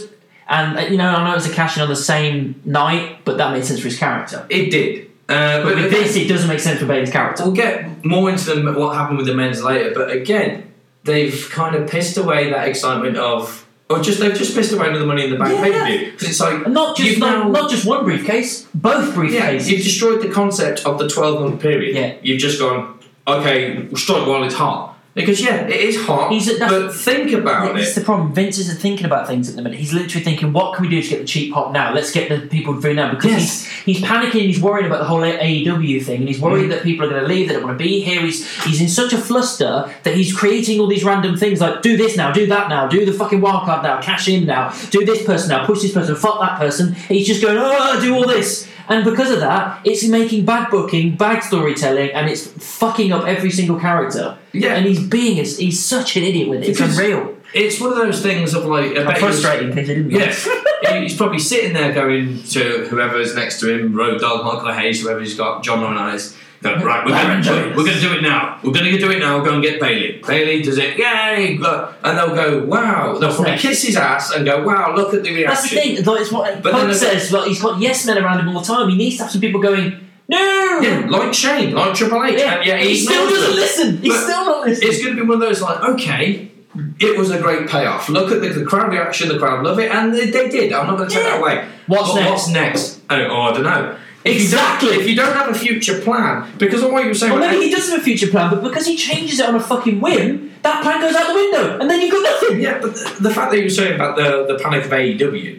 [SPEAKER 2] and uh, you know, I know it was a cash in on the same night, but that made sense for his character.
[SPEAKER 1] It did. Uh,
[SPEAKER 2] But with
[SPEAKER 1] again,
[SPEAKER 2] this, it doesn't make sense for Bane's character.
[SPEAKER 1] We'll get more into the, what happened with the men's later, but again, they've kind of pissed away that excitement of, or just they've just pissed away another Money in the Bank
[SPEAKER 2] Yeah.
[SPEAKER 1] pay per view because it's like
[SPEAKER 2] And Not just
[SPEAKER 1] you've
[SPEAKER 2] not,
[SPEAKER 1] now-
[SPEAKER 2] not just one briefcase, both
[SPEAKER 1] yeah,
[SPEAKER 2] briefcases.
[SPEAKER 1] you've destroyed the concept of the twelve month period.
[SPEAKER 2] Yeah.
[SPEAKER 1] you've just gone okay, strike while it's hot because yeah, it is hot,
[SPEAKER 2] He's a- that's-
[SPEAKER 1] but think about
[SPEAKER 2] That's
[SPEAKER 1] it.
[SPEAKER 2] the problem. Vince isn't thinking about things at the minute. He's literally thinking, "What can we do to get the cheap pop now? Let's get the people through now." Because
[SPEAKER 1] Yes.
[SPEAKER 2] he's, he's panicking. He's worried about the whole AEW thing, and he's
[SPEAKER 1] Mm.
[SPEAKER 2] worried that people are going to leave. They don't want to be here. He's he's in such a fluster that he's creating all these random things like, "Do this now, do that now, do the fucking wild card now, cash in now, do this person now, push this person, fuck that person." He's just going, "Oh, do all this." And because of that, it's making bad booking, bad storytelling, and it's fucking up every single character.
[SPEAKER 1] Yeah.
[SPEAKER 2] And he's being, he's such an idiot with it. It's
[SPEAKER 1] Because-
[SPEAKER 2] unreal.
[SPEAKER 1] It's one of those things of like, I bet
[SPEAKER 2] I'm
[SPEAKER 1] he was-
[SPEAKER 2] frustrated because I didn't.
[SPEAKER 1] Yes, he's probably sitting there going to whoever's next to him, Road Dog, Michael Hayes, whoever he's got, John Romanis. Going, right, we're going to do it. We're going to do it now. We're going to do it now. Go and get Bailey. Bailey does it. Yay! Look. And they'll go, wow. They'll probably kiss his ass and go, wow. Look at the
[SPEAKER 2] That's the
[SPEAKER 1] reaction.
[SPEAKER 2] thing. Like, it's what
[SPEAKER 1] But
[SPEAKER 2] Punk
[SPEAKER 1] then-
[SPEAKER 2] says. Like, he's got yes men around him all the time. He needs to have some people going no.
[SPEAKER 1] Yeah, like Shane, like Triple H.
[SPEAKER 2] Yeah.
[SPEAKER 1] And yeah,
[SPEAKER 2] he still
[SPEAKER 1] ignores
[SPEAKER 2] doesn't
[SPEAKER 1] them.
[SPEAKER 2] listen. He's
[SPEAKER 1] But
[SPEAKER 2] still not listening.
[SPEAKER 1] It's going to be one of those like, okay, it was a great payoff. Look at the, the crowd reaction. The crowd love it, and they, they did. I'm not going to take
[SPEAKER 2] Yeah.
[SPEAKER 1] that away.
[SPEAKER 2] What's
[SPEAKER 1] But
[SPEAKER 2] next?
[SPEAKER 1] What's next? Oh, oh, I don't know.
[SPEAKER 2] Exactly.
[SPEAKER 1] If you don't have a future plan, because of what you were saying,
[SPEAKER 2] Or
[SPEAKER 1] about-
[SPEAKER 2] maybe he does have a future plan, but because he changes it on a fucking whim, that plan goes out the window, and then you've got nothing.
[SPEAKER 1] yeah, but the, the fact that you were saying about the the panic of AEW,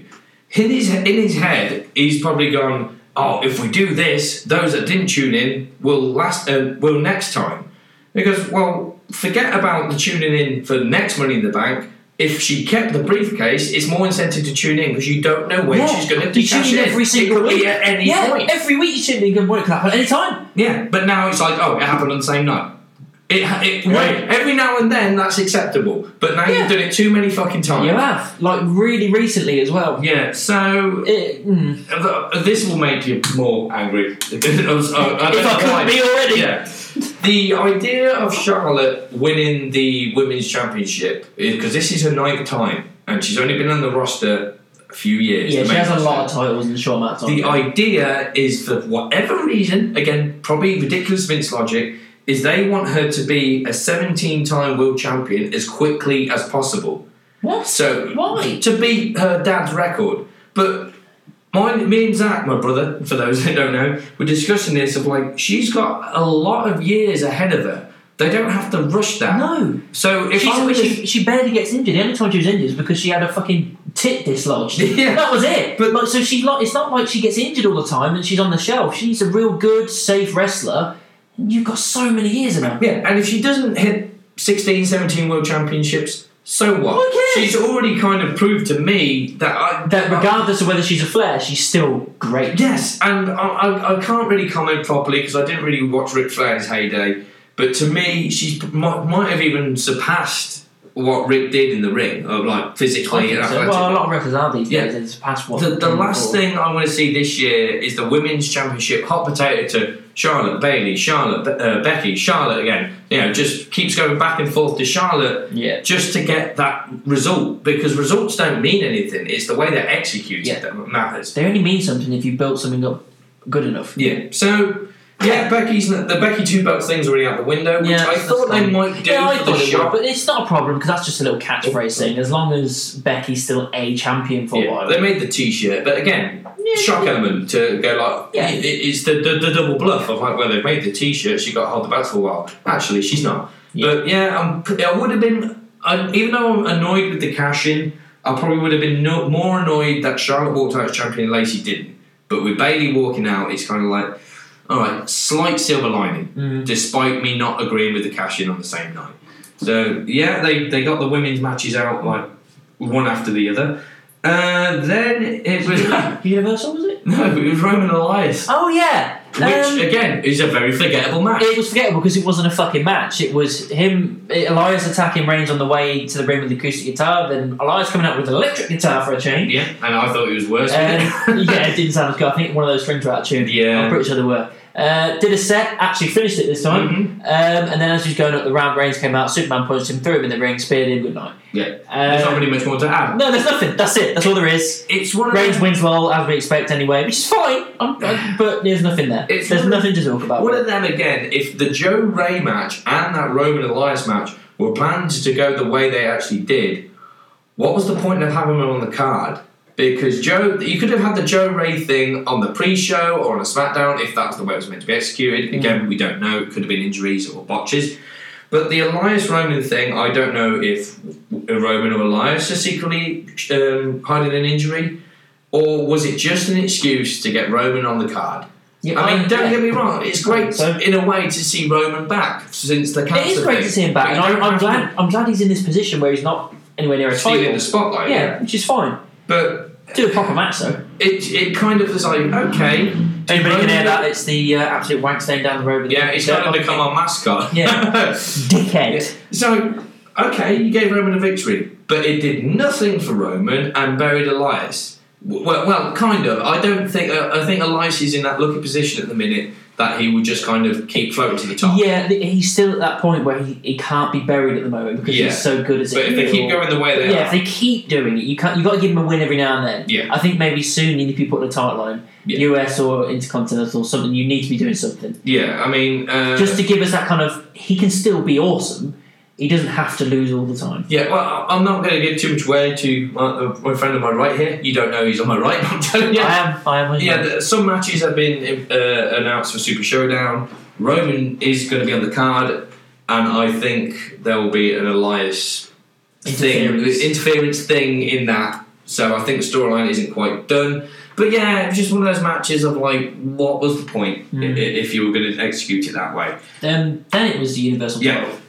[SPEAKER 1] in his in his head, he's probably gone. Oh, if we do this, those that didn't tune in will last. Uh, will next time, because well, forget about the tuning in for next Money in the Bank. If she kept the briefcase, it's more incentive to tune in because you don't know when
[SPEAKER 2] Yeah.
[SPEAKER 1] she's going to be
[SPEAKER 2] you tune in every single
[SPEAKER 1] it could
[SPEAKER 2] week.
[SPEAKER 1] be at any
[SPEAKER 2] yeah,
[SPEAKER 1] point.
[SPEAKER 2] every week you tune in. Good morning, could happen at any time.
[SPEAKER 1] Yeah, but now it's like, oh, it happened on the same night. It, it
[SPEAKER 2] Right.
[SPEAKER 1] every now and then that's acceptable, but now
[SPEAKER 2] Yeah.
[SPEAKER 1] you've done it too many fucking times.
[SPEAKER 2] You have like really recently as well.
[SPEAKER 1] Yeah, so
[SPEAKER 2] It- mm.
[SPEAKER 1] th- this will make you more angry. I was- I- I don't
[SPEAKER 2] If I
[SPEAKER 1] know
[SPEAKER 2] could
[SPEAKER 1] why.
[SPEAKER 2] be already.
[SPEAKER 1] Yeah. The idea of Charlotte winning the women's championship because this is her ninth time, and she's only been on the roster a few years.
[SPEAKER 2] yeah,
[SPEAKER 1] the
[SPEAKER 2] she
[SPEAKER 1] main
[SPEAKER 2] has a
[SPEAKER 1] roster.
[SPEAKER 2] lot of titles in a short amount of time.
[SPEAKER 1] The idea is, for whatever reason, again, probably ridiculous Vince logic, is they want her to be a 17 time world champion as quickly as possible.
[SPEAKER 2] what?
[SPEAKER 1] So,
[SPEAKER 2] Why?
[SPEAKER 1] To beat her dad's record. But my, me and Zach, my brother, for those that don't know, were discussing this of like, she's got a lot of years ahead of her. They don't have to rush that.
[SPEAKER 2] No.
[SPEAKER 1] So, if I
[SPEAKER 2] She's-
[SPEAKER 1] was.
[SPEAKER 2] she, she barely gets injured. The only time she was injured is because she had a fucking tit dislodged.
[SPEAKER 1] Yeah.
[SPEAKER 2] That was it.
[SPEAKER 1] But-
[SPEAKER 2] like, so she's not. It's not like she gets injured all the time and she's on the shelf. She's a real good, safe wrestler. And you've got so many years in her.
[SPEAKER 1] Yeah, and if she doesn't hit 16, 17 world championships, so what?
[SPEAKER 2] Who cares?
[SPEAKER 1] She's already kind of proved to me that I.
[SPEAKER 2] That regardless of whether she's a flair, she's still great.
[SPEAKER 1] Yes, and I, I, I can't really comment properly because I didn't really watch Ric Flair's heyday, but to me, she's might, might have even surpassed what Rick did in the ring, of like physically and
[SPEAKER 2] I think so.
[SPEAKER 1] athletic.
[SPEAKER 2] Well, a lot of wrestlers are these
[SPEAKER 1] Yeah.
[SPEAKER 2] days. It's past what
[SPEAKER 1] The, the
[SPEAKER 2] came
[SPEAKER 1] last
[SPEAKER 2] before.
[SPEAKER 1] thing I want to see this year is the women's championship hot potato to Charlotte Bailey, Charlotte Be- uh, Becky, Charlotte again. You know, just keeps going back and forth to Charlotte
[SPEAKER 2] Yeah.
[SPEAKER 1] just to get that result because results don't mean anything. It's the way they're executed
[SPEAKER 2] Yeah.
[SPEAKER 1] that matters.
[SPEAKER 2] They only mean something if you build something up good enough.
[SPEAKER 1] Yeah. So. Yeah, Becky's the Becky two belts thing's already out the window, which
[SPEAKER 2] Yeah,
[SPEAKER 1] I
[SPEAKER 2] that's
[SPEAKER 1] thought they
[SPEAKER 2] fine.
[SPEAKER 1] might do
[SPEAKER 2] yeah, I
[SPEAKER 1] for
[SPEAKER 2] thought
[SPEAKER 1] the
[SPEAKER 2] it would,
[SPEAKER 1] shop.
[SPEAKER 2] but it's not a problem because that's just a little catchphrase thing. As long as Becky's still a champion for a
[SPEAKER 1] Yeah,
[SPEAKER 2] while,
[SPEAKER 1] they made the T-shirt, but again, shock element to go like,
[SPEAKER 2] Yeah.
[SPEAKER 1] it- it's the, the, the double bluff of like, well, they've made the T-shirt, she got to hold the belt for a while. Actually, she's not.
[SPEAKER 2] Yeah.
[SPEAKER 1] But yeah, I'm, p- I would have been, I, even though I'm annoyed with the cash in, I probably would have been no, more annoyed that Charlotte walked out as champion and Lacey didn't. But with Bailey walking out, it's kind of like, all right, slight silver lining,
[SPEAKER 2] Mm.
[SPEAKER 1] despite me not agreeing with the cash in on the same night. So yeah, they, they got the women's matches out like one after the other. Uh, then it was
[SPEAKER 2] Universal was it?
[SPEAKER 1] no, it was Roman Elias,
[SPEAKER 2] Oh yeah.
[SPEAKER 1] which
[SPEAKER 2] Um,
[SPEAKER 1] again is a very forgettable match.
[SPEAKER 2] It was forgettable because it wasn't a fucking match. It was him, Elias attacking Reigns on the way to the ring with the acoustic guitar, then Elias coming out with an electric guitar for a change.
[SPEAKER 1] yeah, and I thought it was worse.
[SPEAKER 2] Um, yeah, it didn't sound as good. I think one of those strings were out of tune.
[SPEAKER 1] Yeah.
[SPEAKER 2] I'm pretty sure they were. Uh, did a set, actually finished it this time,
[SPEAKER 1] Mhm.
[SPEAKER 2] um, and then as he was going up the round, Reigns came out, Superman punched him, threw him in the ring, speared him, good night.
[SPEAKER 1] Yeah, there's not
[SPEAKER 2] Um,
[SPEAKER 1] really much more to add.
[SPEAKER 2] no, there's nothing. That's it. That's all there is.
[SPEAKER 1] It's one of
[SPEAKER 2] Reigns
[SPEAKER 1] those,
[SPEAKER 2] wins lol, as we expect anyway, which is fine, I'm, i but there's nothing there.
[SPEAKER 1] It's
[SPEAKER 2] there's
[SPEAKER 1] one of-
[SPEAKER 2] nothing to talk about.
[SPEAKER 1] one of them again. If the Joe Ray match and that Roman Elias match were planned to go the way they actually did, what was the point of having them on the card? Because Joe, you could have had the Joe Ray thing on the pre-show or on a SmackDown if that's the way it was meant to be executed. Again, we don't know. It could have been injuries or botches. But the Elias Roman thing, I don't know if Roman or Elias are secretly um, hiding an injury, or was it just an excuse to get Roman on the card?
[SPEAKER 2] Yeah,
[SPEAKER 1] I mean, don't
[SPEAKER 2] yeah.
[SPEAKER 1] get me wrong. It's great
[SPEAKER 2] So-
[SPEAKER 1] in a way to see Roman back since the cancer
[SPEAKER 2] It is great
[SPEAKER 1] thing,
[SPEAKER 2] to see him
[SPEAKER 1] but
[SPEAKER 2] back, and
[SPEAKER 1] you
[SPEAKER 2] I'm,
[SPEAKER 1] don't
[SPEAKER 2] I'm
[SPEAKER 1] have
[SPEAKER 2] glad. I'm glad he's in this position where he's not anywhere near a
[SPEAKER 1] to steal in
[SPEAKER 2] title.
[SPEAKER 1] the spotlight.
[SPEAKER 2] Yeah, which is fine.
[SPEAKER 1] but
[SPEAKER 2] Do a proper match though.
[SPEAKER 1] it it kind of was like okay.
[SPEAKER 2] Anybody can
[SPEAKER 1] Roman-
[SPEAKER 2] hear that? It's the uh, absolute wank stain down the road. with the-
[SPEAKER 1] Yeah, it's kind of become our mascot.
[SPEAKER 2] Yeah. dickhead.
[SPEAKER 1] so okay, you gave Roman a victory, but it did nothing for Roman and buried Elias. W- Well, well, kind of. I don't think. Uh, I think Elias is in that lucky position at the minute that he would just kind of keep floating to the top.
[SPEAKER 2] Yeah, th- he's still at that point where he, he can't be buried at the moment because
[SPEAKER 1] Yeah.
[SPEAKER 2] he's so good as
[SPEAKER 1] But
[SPEAKER 2] it.
[SPEAKER 1] if they keep
[SPEAKER 2] will.
[SPEAKER 1] going the way they
[SPEAKER 2] yeah,
[SPEAKER 1] are,
[SPEAKER 2] if they keep doing it, you can't. You got to give him a win every now and then.
[SPEAKER 1] Yeah.
[SPEAKER 2] I think maybe soon you need to be putting a title on him,
[SPEAKER 1] Yeah.
[SPEAKER 2] US or Intercontinental or something. You need to be doing something.
[SPEAKER 1] yeah. I mean, uh,
[SPEAKER 2] just to give us that kind of he can still be awesome. He doesn't have to lose all the time.
[SPEAKER 1] Yeah, well, I- I'm not going to give too much away to my, uh, my friend on my right here. You don't know he's on my right, I'm telling you.
[SPEAKER 2] I am. I am.
[SPEAKER 1] Yeah, the, some matches have been uh, announced for Super Showdown. Roman is going to be on the card, and I think there will be an Elias thing,
[SPEAKER 2] Interference.
[SPEAKER 1] interference thing in that. So I think the storyline isn't quite done. But yeah, it was just one of those matches of like, what was the point
[SPEAKER 2] Hmm.
[SPEAKER 1] i- i- if you were going to execute it that way?
[SPEAKER 2] Um, then it was the Universal
[SPEAKER 1] Yeah.
[SPEAKER 2] title.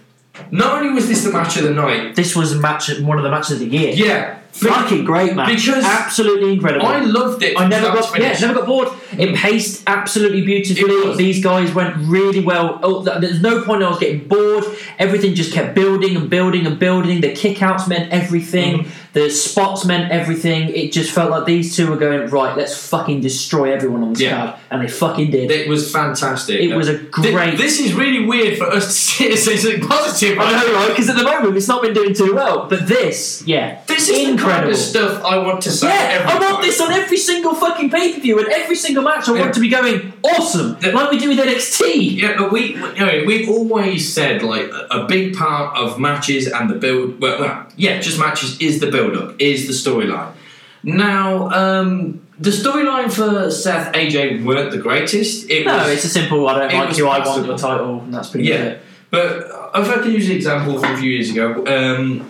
[SPEAKER 1] Not only was this the match of the night,
[SPEAKER 2] This was a match, one of the matches of the year.
[SPEAKER 1] yeah,
[SPEAKER 2] Fucking great match.
[SPEAKER 1] Because-
[SPEAKER 2] absolutely incredible.
[SPEAKER 1] I loved it.
[SPEAKER 2] I
[SPEAKER 1] from
[SPEAKER 2] never
[SPEAKER 1] start to
[SPEAKER 2] got yeah,
[SPEAKER 1] finish.
[SPEAKER 2] never got bored. It paced absolutely
[SPEAKER 1] It
[SPEAKER 2] beautifully.
[SPEAKER 1] was.
[SPEAKER 2] These guys went really well. Oh, th- there's no point I was getting bored. Everything just kept building and building and building. The kickouts meant everything.
[SPEAKER 1] Mm.
[SPEAKER 2] The spots meant everything. It just felt like these two were going right. Let's fucking destroy everyone on this
[SPEAKER 1] Yeah.
[SPEAKER 2] card, and they fucking did.
[SPEAKER 1] It was fantastic.
[SPEAKER 2] It was a
[SPEAKER 1] Th-
[SPEAKER 2] great.
[SPEAKER 1] This is really weird for us to see as something positive.
[SPEAKER 2] I know, right? Because at the moment it's not been doing too well, but this, yeah,
[SPEAKER 1] This is the kind
[SPEAKER 2] incredible.
[SPEAKER 1] of stuff I want to say.
[SPEAKER 2] Yeah,
[SPEAKER 1] every
[SPEAKER 2] I want
[SPEAKER 1] time.
[SPEAKER 2] this on every single fucking pay per view and every single match. I
[SPEAKER 1] Yeah.
[SPEAKER 2] want to be going awesome,
[SPEAKER 1] Yeah.
[SPEAKER 2] like we do with NXT.
[SPEAKER 1] Yeah, but we, you know, we've always said like a- a big part of matches and the build. Well, well, yeah, just matches is the build up, is the storyline. Now, um, the storyline for Seth AJ weren't the greatest. It
[SPEAKER 2] No,
[SPEAKER 1] was,
[SPEAKER 2] it's a simple. I don't
[SPEAKER 1] it
[SPEAKER 2] like
[SPEAKER 1] was
[SPEAKER 2] you. I want
[SPEAKER 1] possible.
[SPEAKER 2] your title, and that's pretty much
[SPEAKER 1] Yeah,
[SPEAKER 2] it.
[SPEAKER 1] but if I can use an example from a few years ago, um,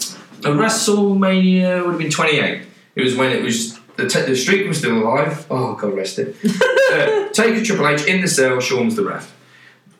[SPEAKER 1] a WrestleMania would have been 28. It was when it was the, t- the streak was still alive. Oh God, rest it. uh, Taker Triple H in the cell. Sean's the ref.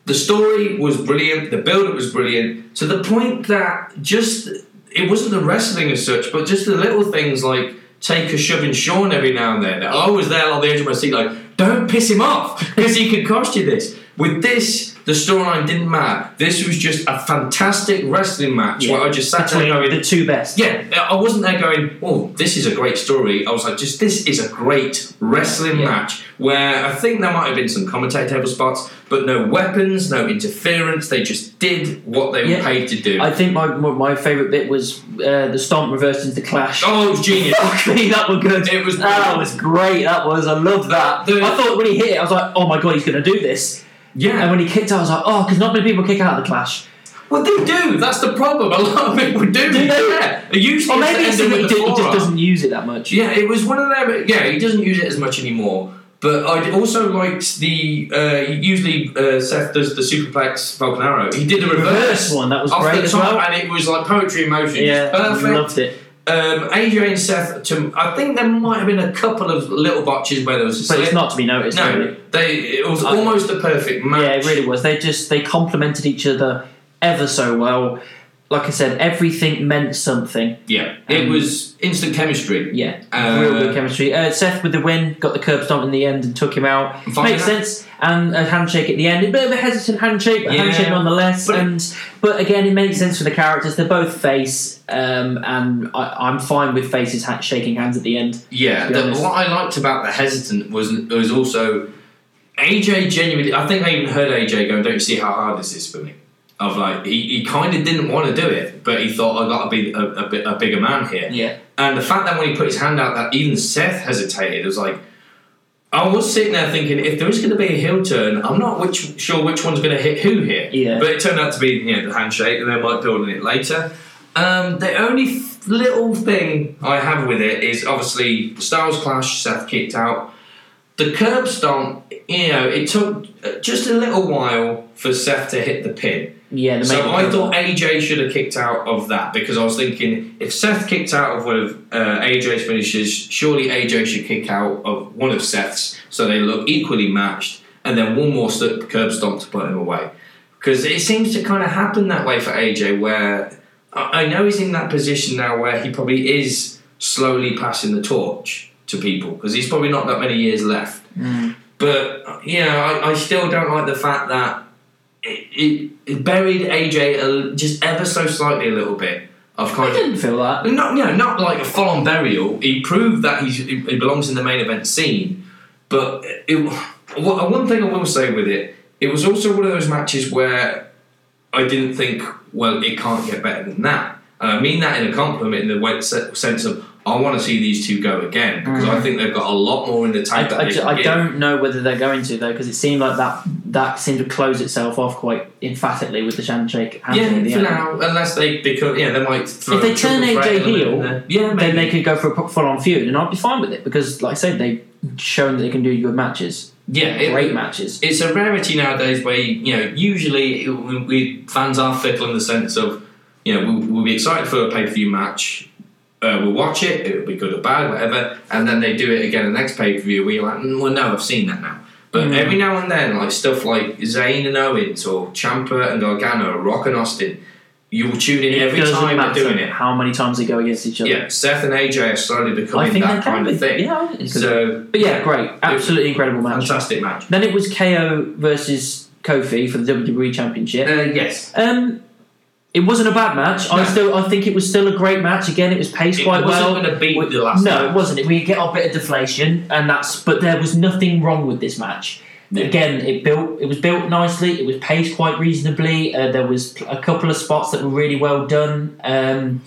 [SPEAKER 1] The story was brilliant. The build-up was brilliant to the point that just it wasn't the wrestling as such, but just the little things like Taker shoving Sean every now and then. I was there on the edge of my seat, like, don't piss him off because he could cost you this. With this, The storyline didn't matter. This was just a fantastic wrestling match
[SPEAKER 2] Yeah.
[SPEAKER 1] where I just sat there
[SPEAKER 2] Between
[SPEAKER 1] going,
[SPEAKER 2] the two best.
[SPEAKER 1] yeah, I wasn't there going, oh, this is a great story. I was like, just this is a great wrestling
[SPEAKER 2] Yeah.
[SPEAKER 1] match where I think there might have been some commentator table spots, but no weapons, no interference. They just did what they
[SPEAKER 2] Yeah.
[SPEAKER 1] were paid to do.
[SPEAKER 2] I think my my, my favourite bit was uh, the stomp reversed into the clash.
[SPEAKER 1] oh, it was genius.
[SPEAKER 2] Fuck me, that was good.
[SPEAKER 1] It was
[SPEAKER 2] that was great. That was I love that.
[SPEAKER 1] The-
[SPEAKER 2] I thought when he hit it, I was like, oh my god, he's gonna do this. And
[SPEAKER 1] yeah.
[SPEAKER 2] when he kicked out, I was like, oh, because not many people kick out of the clash.
[SPEAKER 1] Well, they do. That's the problem. A lot of people do.
[SPEAKER 2] they?
[SPEAKER 1] Yeah. Usually
[SPEAKER 2] Or
[SPEAKER 1] it's
[SPEAKER 2] maybe
[SPEAKER 1] the
[SPEAKER 2] it's that
[SPEAKER 1] ending
[SPEAKER 2] he,
[SPEAKER 1] with
[SPEAKER 2] did-
[SPEAKER 1] the
[SPEAKER 2] he just
[SPEAKER 1] forearm.
[SPEAKER 2] doesn't use it that much.
[SPEAKER 1] Yeah, it was one of them. Yeah, he doesn't use it as much anymore. But I also liked the. Uh, usually uh, Seth does the superplex Falcon Arrow. He did a reverse,
[SPEAKER 2] Reverse one, that was
[SPEAKER 1] off
[SPEAKER 2] great
[SPEAKER 1] the
[SPEAKER 2] as
[SPEAKER 1] top,
[SPEAKER 2] well.
[SPEAKER 1] and it was like poetry in motion.
[SPEAKER 2] Yeah,
[SPEAKER 1] perfect.
[SPEAKER 2] loved it.
[SPEAKER 1] Um, AJ and Seth. To, I think there might have been a couple of little botches where there was a
[SPEAKER 2] But
[SPEAKER 1] slip.
[SPEAKER 2] it's not to be noticed.
[SPEAKER 1] No,
[SPEAKER 2] really.
[SPEAKER 1] they. It was
[SPEAKER 2] I-
[SPEAKER 1] almost a perfect match.
[SPEAKER 2] Yeah, it really was. They just they complemented each other ever so well. Like I said, everything meant something.
[SPEAKER 1] Yeah, it
[SPEAKER 2] Um,
[SPEAKER 1] was instant chemistry.
[SPEAKER 2] Yeah,
[SPEAKER 1] Uh,
[SPEAKER 2] real good chemistry. Uh, Seth with the win, got the curb stomp in the end and took him out.
[SPEAKER 1] Fine.
[SPEAKER 2] Makes sense. And a handshake at the end, a bit of a hesitant handshake, but
[SPEAKER 1] Yeah.
[SPEAKER 2] handshake nonetheless.
[SPEAKER 1] But-
[SPEAKER 2] and but again, it makes sense for the characters. They're both face, um, and I, I'm fine with faces ha- shaking hands at the end.
[SPEAKER 1] Yeah,
[SPEAKER 2] to be
[SPEAKER 1] the,
[SPEAKER 2] honest.
[SPEAKER 1] what I liked about the hesitant was was also AJ genuinely. I think I even heard AJ go, "Don't you see how hard this is for me?" Of like he, he kind of didn't want to do it, but he thought I got to be a, a, bit- a bigger man here.
[SPEAKER 2] Yeah,
[SPEAKER 1] And the fact that when he put his hand out, that even Seth hesitated. It was like I was sitting there thinking, if there is going to be a heel turn, I'm not which, sure which one's going to hit who here.
[SPEAKER 2] Yeah.
[SPEAKER 1] But it turned out to be you know, the handshake, and they might build on it later. Um, the only f- little thing I have with it is obviously Styles Clash, Seth kicked out. The curb stomp, you know, it took uh, just a little while for Seth to hit the pin.
[SPEAKER 2] yeah. The
[SPEAKER 1] So
[SPEAKER 2] main
[SPEAKER 1] I thought AJ should have kicked out of that because I was thinking if Seth kicked out of one of uh, AJ's finishes, surely AJ should kick out of one of Seth's so they look equally matched, and then one more st- curb stomp to put him away. Because it seems to kind of happen that way for AJ, where I I know he's in that position now where he probably is slowly passing the torch to people because he's probably not that many years left. But you know, I, I still don't like the fact that it, it, it buried AJ a, just ever so slightly a little bit. Of
[SPEAKER 2] I
[SPEAKER 1] kind of
[SPEAKER 2] didn't feel that.
[SPEAKER 1] not you know, not like a full on burial. He proved that he's, he he belongs in the main event scene, but it, one one thing I will say with it, it was also one of those matches where I didn't think, well, it can't get better than that, and I mean that in a compliment in the way, se- sense of I want to see these two go again because I think they've got a lot more in the
[SPEAKER 2] Mm-hmm. I,
[SPEAKER 1] tank. that
[SPEAKER 2] I
[SPEAKER 1] they
[SPEAKER 2] ju-
[SPEAKER 1] can
[SPEAKER 2] I
[SPEAKER 1] give.
[SPEAKER 2] don't know whether they're going to though, because it seemed like that that seemed to close itself off quite emphatically with the handshake. handshake at the
[SPEAKER 1] Yeah, for
[SPEAKER 2] end.
[SPEAKER 1] now, unless they become, yeah, they might. Throw
[SPEAKER 2] If they
[SPEAKER 1] a triple
[SPEAKER 2] turn
[SPEAKER 1] threat
[SPEAKER 2] AJ
[SPEAKER 1] element
[SPEAKER 2] heel,
[SPEAKER 1] in there. yeah,
[SPEAKER 2] then
[SPEAKER 1] maybe.
[SPEAKER 2] they could go for a full on feud, and I'd be fine with it because, like I said, they've shown that they can do good matches,
[SPEAKER 1] yeah, it,
[SPEAKER 2] great matches.
[SPEAKER 1] it's a rarity nowadays where you know usually it- we, we fans are fickle in the sense of you know we'll, we'll be excited for a pay per view match. Uh, we'll watch it, it'll be good or bad, whatever, and then they do it again the next pay per view. We're like, "Mm, well, no, I've seen that now. But
[SPEAKER 2] Mm.
[SPEAKER 1] every now and then, like stuff like Zayn and Owens or Champa and Gargano, or Rock and Austin, you will tune in every
[SPEAKER 2] doesn't
[SPEAKER 1] time
[SPEAKER 2] matter
[SPEAKER 1] they're doing it.
[SPEAKER 2] how many times they go against each other.
[SPEAKER 1] Yeah, Seth and AJ are slowly
[SPEAKER 2] I
[SPEAKER 1] becoming
[SPEAKER 2] think
[SPEAKER 1] that
[SPEAKER 2] they can
[SPEAKER 1] kind of
[SPEAKER 2] be.
[SPEAKER 1] thing.
[SPEAKER 2] Yeah, it's good.
[SPEAKER 1] So,
[SPEAKER 2] but yeah, great, absolutely incredible match.
[SPEAKER 1] fantastic match.
[SPEAKER 2] Then it was KO versus Kofi for the WWE Championship.
[SPEAKER 1] Uh, yes,
[SPEAKER 2] Um, it wasn't a bad match. I
[SPEAKER 1] No.
[SPEAKER 2] still, I think it was still a great match. Again, it was paced
[SPEAKER 1] it
[SPEAKER 2] quite
[SPEAKER 1] wasn't
[SPEAKER 2] well.
[SPEAKER 1] going to beat
[SPEAKER 2] We-
[SPEAKER 1] the last.
[SPEAKER 2] no,
[SPEAKER 1] match.
[SPEAKER 2] it wasn't. We get our bit of deflation, and that's. But there was nothing wrong with this match.
[SPEAKER 1] Yeah.
[SPEAKER 2] Again, it built. It was built nicely. It was paced quite reasonably. Uh, there was a couple of spots that were really well done. Um,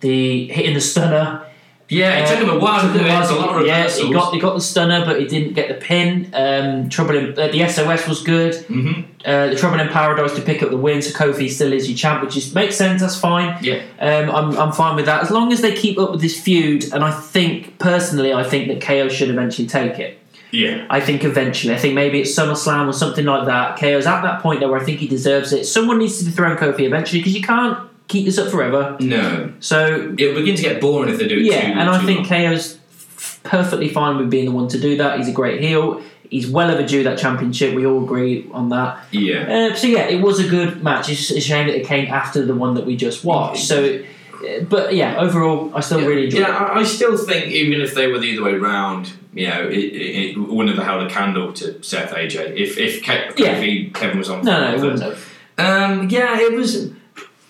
[SPEAKER 2] the hitting the stunner.
[SPEAKER 1] Yeah, it
[SPEAKER 2] uh,
[SPEAKER 1] took him a while to
[SPEAKER 2] took
[SPEAKER 1] do
[SPEAKER 2] him
[SPEAKER 1] it. It's a lot of
[SPEAKER 2] yeah,
[SPEAKER 1] reversals.
[SPEAKER 2] he got he got the stunner, but he didn't get the pin. Um, trouble in uh, the SOS was good.
[SPEAKER 1] Mhm.
[SPEAKER 2] Uh, the trouble in paradise to pick up the win. So Kofi still is your champ, which is makes sense. That's fine.
[SPEAKER 1] Yeah,
[SPEAKER 2] Um, I'm, I'm fine with that as long as they keep up with this feud. And I think personally, I think that KO should eventually take it.
[SPEAKER 1] yeah,
[SPEAKER 2] I think eventually. I think maybe it's SummerSlam or something like that. KO's at that point though where I think he deserves it. Someone needs to dethrone Kofi eventually because you can't keep this up forever.
[SPEAKER 1] no.
[SPEAKER 2] So
[SPEAKER 1] It'll begin to get boring if they do it
[SPEAKER 2] yeah,
[SPEAKER 1] too
[SPEAKER 2] and I
[SPEAKER 1] too
[SPEAKER 2] think
[SPEAKER 1] long.
[SPEAKER 2] KO's f- perfectly fine with being the one to do that. He's a great heel. He's well overdue that championship. We all agree on that.
[SPEAKER 1] Yeah.
[SPEAKER 2] Uh, so yeah, it was a good match. It's just a shame that it came after the one that we just watched. So but yeah, overall, I still really enjoyed
[SPEAKER 1] yeah, I, I still think even if they were the other way round, you know, it, it, it wouldn't have held a candle to Seth AJ if if, Ke-
[SPEAKER 2] Yeah.
[SPEAKER 1] if he, Kevin was on.
[SPEAKER 2] it. No, no, it
[SPEAKER 1] first.
[SPEAKER 2] wouldn't have.
[SPEAKER 1] Um, yeah, it was.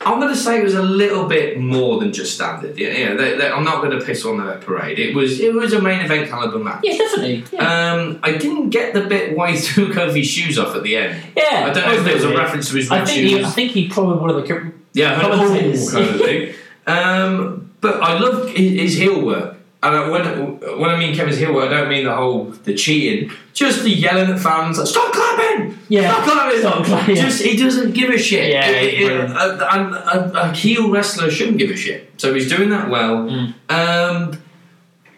[SPEAKER 1] I'm going to say it was a little bit more than just standard. You know, they, they, I'm not going to piss on their parade. It was it was a main event caliber match.
[SPEAKER 2] Yeah, definitely. Yeah,
[SPEAKER 1] Um, I didn't get the bit why he threw Kofi's shoes off at the end. I
[SPEAKER 2] yeah
[SPEAKER 1] don't know if there was a
[SPEAKER 2] definitely.
[SPEAKER 1] reference to his
[SPEAKER 2] I
[SPEAKER 1] red
[SPEAKER 2] think he,
[SPEAKER 1] shoes.
[SPEAKER 2] I think he probably one of the
[SPEAKER 1] Yeah, kind of,
[SPEAKER 2] Commentators.
[SPEAKER 1] kind of thing. Um, but I love his, his heel work. And I, when, when I mean Kevin's heel work, I don't mean the whole the cheating. Just the yelling at fans, like, stop clapping!
[SPEAKER 2] Yeah.
[SPEAKER 1] Stop clapping!
[SPEAKER 2] Stop clapping, yeah.
[SPEAKER 1] Just, he doesn't give a shit.
[SPEAKER 2] Yeah,
[SPEAKER 1] It-
[SPEAKER 2] he's
[SPEAKER 1] it-
[SPEAKER 2] brilliant.
[SPEAKER 1] a- and a, a heel wrestler shouldn't give a shit. So he's doing that well.
[SPEAKER 2] Mm.
[SPEAKER 1] Um,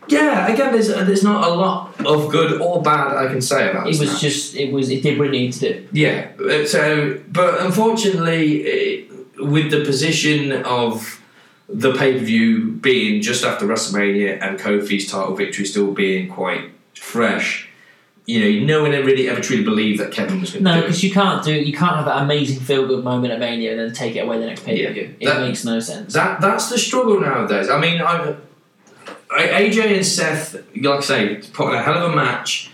[SPEAKER 1] yeah, again, there's, there's not a lot of good or bad I can say about
[SPEAKER 2] It
[SPEAKER 1] this
[SPEAKER 2] was
[SPEAKER 1] match.
[SPEAKER 2] just it was it did what it needed to do.
[SPEAKER 1] Yeah. uh, So, but unfortunately, uh, with the position of the pay per view being just after WrestleMania and Kofi's title victory still being quite fresh, you know, no one really ever truly believed that Kevin was going to
[SPEAKER 2] No,
[SPEAKER 1] do it.
[SPEAKER 2] because you can't do you can't have that amazing feel good moment at Mania and then take it away the next pay per view.
[SPEAKER 1] Yeah.
[SPEAKER 2] It
[SPEAKER 1] That-
[SPEAKER 2] makes no sense.
[SPEAKER 1] That that's the struggle nowadays. I mean, I, I AJ and Seth, like I say, put on a hell of a match,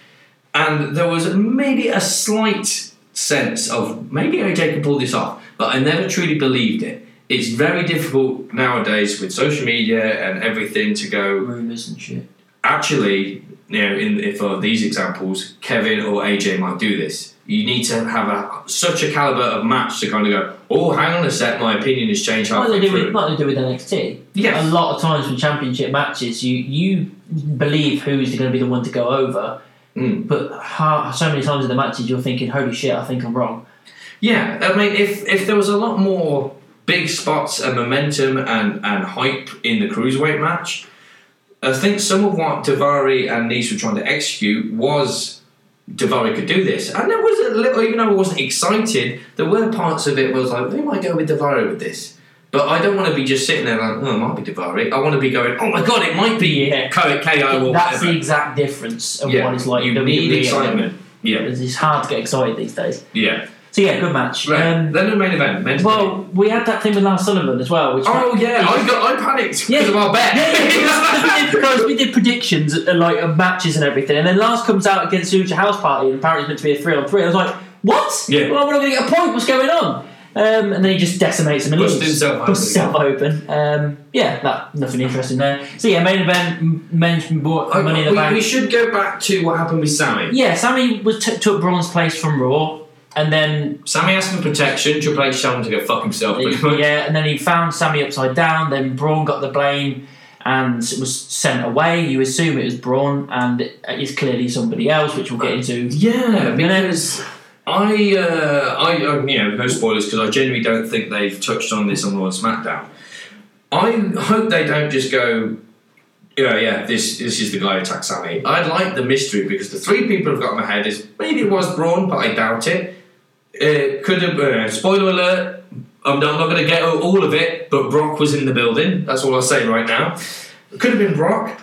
[SPEAKER 1] and there was maybe a slight sense of maybe AJ could pull this off, but I never truly believed it. It's very difficult nowadays with social media and everything to go.
[SPEAKER 2] Rumors and shit.
[SPEAKER 1] Actually, you know, in if for these examples, Kevin or AJ might do this. You need to have a, such a caliber of match to kind of go. Oh, hang on a sec. My opinion has changed
[SPEAKER 2] Like they
[SPEAKER 1] halfway
[SPEAKER 2] do with
[SPEAKER 1] through.
[SPEAKER 2] like they do with NXT.
[SPEAKER 1] Yes.
[SPEAKER 2] A lot of times with championship matches, you you believe who's going to be the one to go over,
[SPEAKER 1] Mm.
[SPEAKER 2] but ha- so many times in the matches you're thinking, "Holy shit, I think I'm wrong."
[SPEAKER 1] Yeah, I mean, if if there was a lot more big spots and momentum and, and hype in the cruiserweight match, I think some of what Davari and Nice were trying to execute was Davari could do this, and there was a little, even though I wasn't excited, there were parts of it where I was like, they might go with Davari with this. But I don't want to be just sitting there like, oh, it might be Davari. I want to be going, oh my god, it might be
[SPEAKER 2] Yeah.
[SPEAKER 1] Ko- KO or
[SPEAKER 2] That's the
[SPEAKER 1] whatever.
[SPEAKER 2] exact difference of
[SPEAKER 1] yeah.
[SPEAKER 2] what it's like.
[SPEAKER 1] you
[SPEAKER 2] in
[SPEAKER 1] need
[SPEAKER 2] WWE.
[SPEAKER 1] excitement. Yeah,
[SPEAKER 2] It's hard to get excited these days.
[SPEAKER 1] yeah.
[SPEAKER 2] So yeah, good match.
[SPEAKER 1] Right.
[SPEAKER 2] Um,
[SPEAKER 1] then the main event. meant to be.
[SPEAKER 2] well, we had that thing with Lance Sullivan as well, which
[SPEAKER 1] Oh yeah, I got I panicked because
[SPEAKER 2] Yeah.
[SPEAKER 1] of our bet.
[SPEAKER 2] Yeah, yeah, because we did- because we did predictions uh, like of matches and everything, and then Lars comes out against Lucha House Party, and apparently it's meant to be a three on three. I was like, "What?
[SPEAKER 1] Yeah.
[SPEAKER 2] Well, we're not going to get a point. What's going on?" Um, and then he just decimates him and
[SPEAKER 1] Busts
[SPEAKER 2] leaves.
[SPEAKER 1] himself open.
[SPEAKER 2] Busts himself open. Um, yeah, that, nothing interesting there. So yeah, main event, m- men's bought
[SPEAKER 1] I-
[SPEAKER 2] money in the
[SPEAKER 1] Oh, we,
[SPEAKER 2] bank.
[SPEAKER 1] we should go back to what happened with Sammy.
[SPEAKER 2] yeah, Sammy was t- took Braun's place from Raw, and then
[SPEAKER 1] Sammy asked for protection. Triple H told him to go fuck himself. pretty much.
[SPEAKER 2] yeah, and then he found Sammy upside down. Then Braun got the blame and was sent away. You assume it was Braun, and it's clearly somebody else, which we'll get into.
[SPEAKER 1] yeah,
[SPEAKER 2] You know,
[SPEAKER 1] because I, uh, I, I, you know, no spoilers because I genuinely don't think they've touched on this on Raw and SmackDown. I hope they don't just go. Yeah, yeah. This this is the guy who attacked Sammy. I'd like the mystery because the three people I've got in my head is maybe it was Braun, but I doubt it. It could have. Uh, spoiler alert. I'm not, I'm not going to get all of it, but Brock was in the building. That's all I'll say right now. It could have been Brock.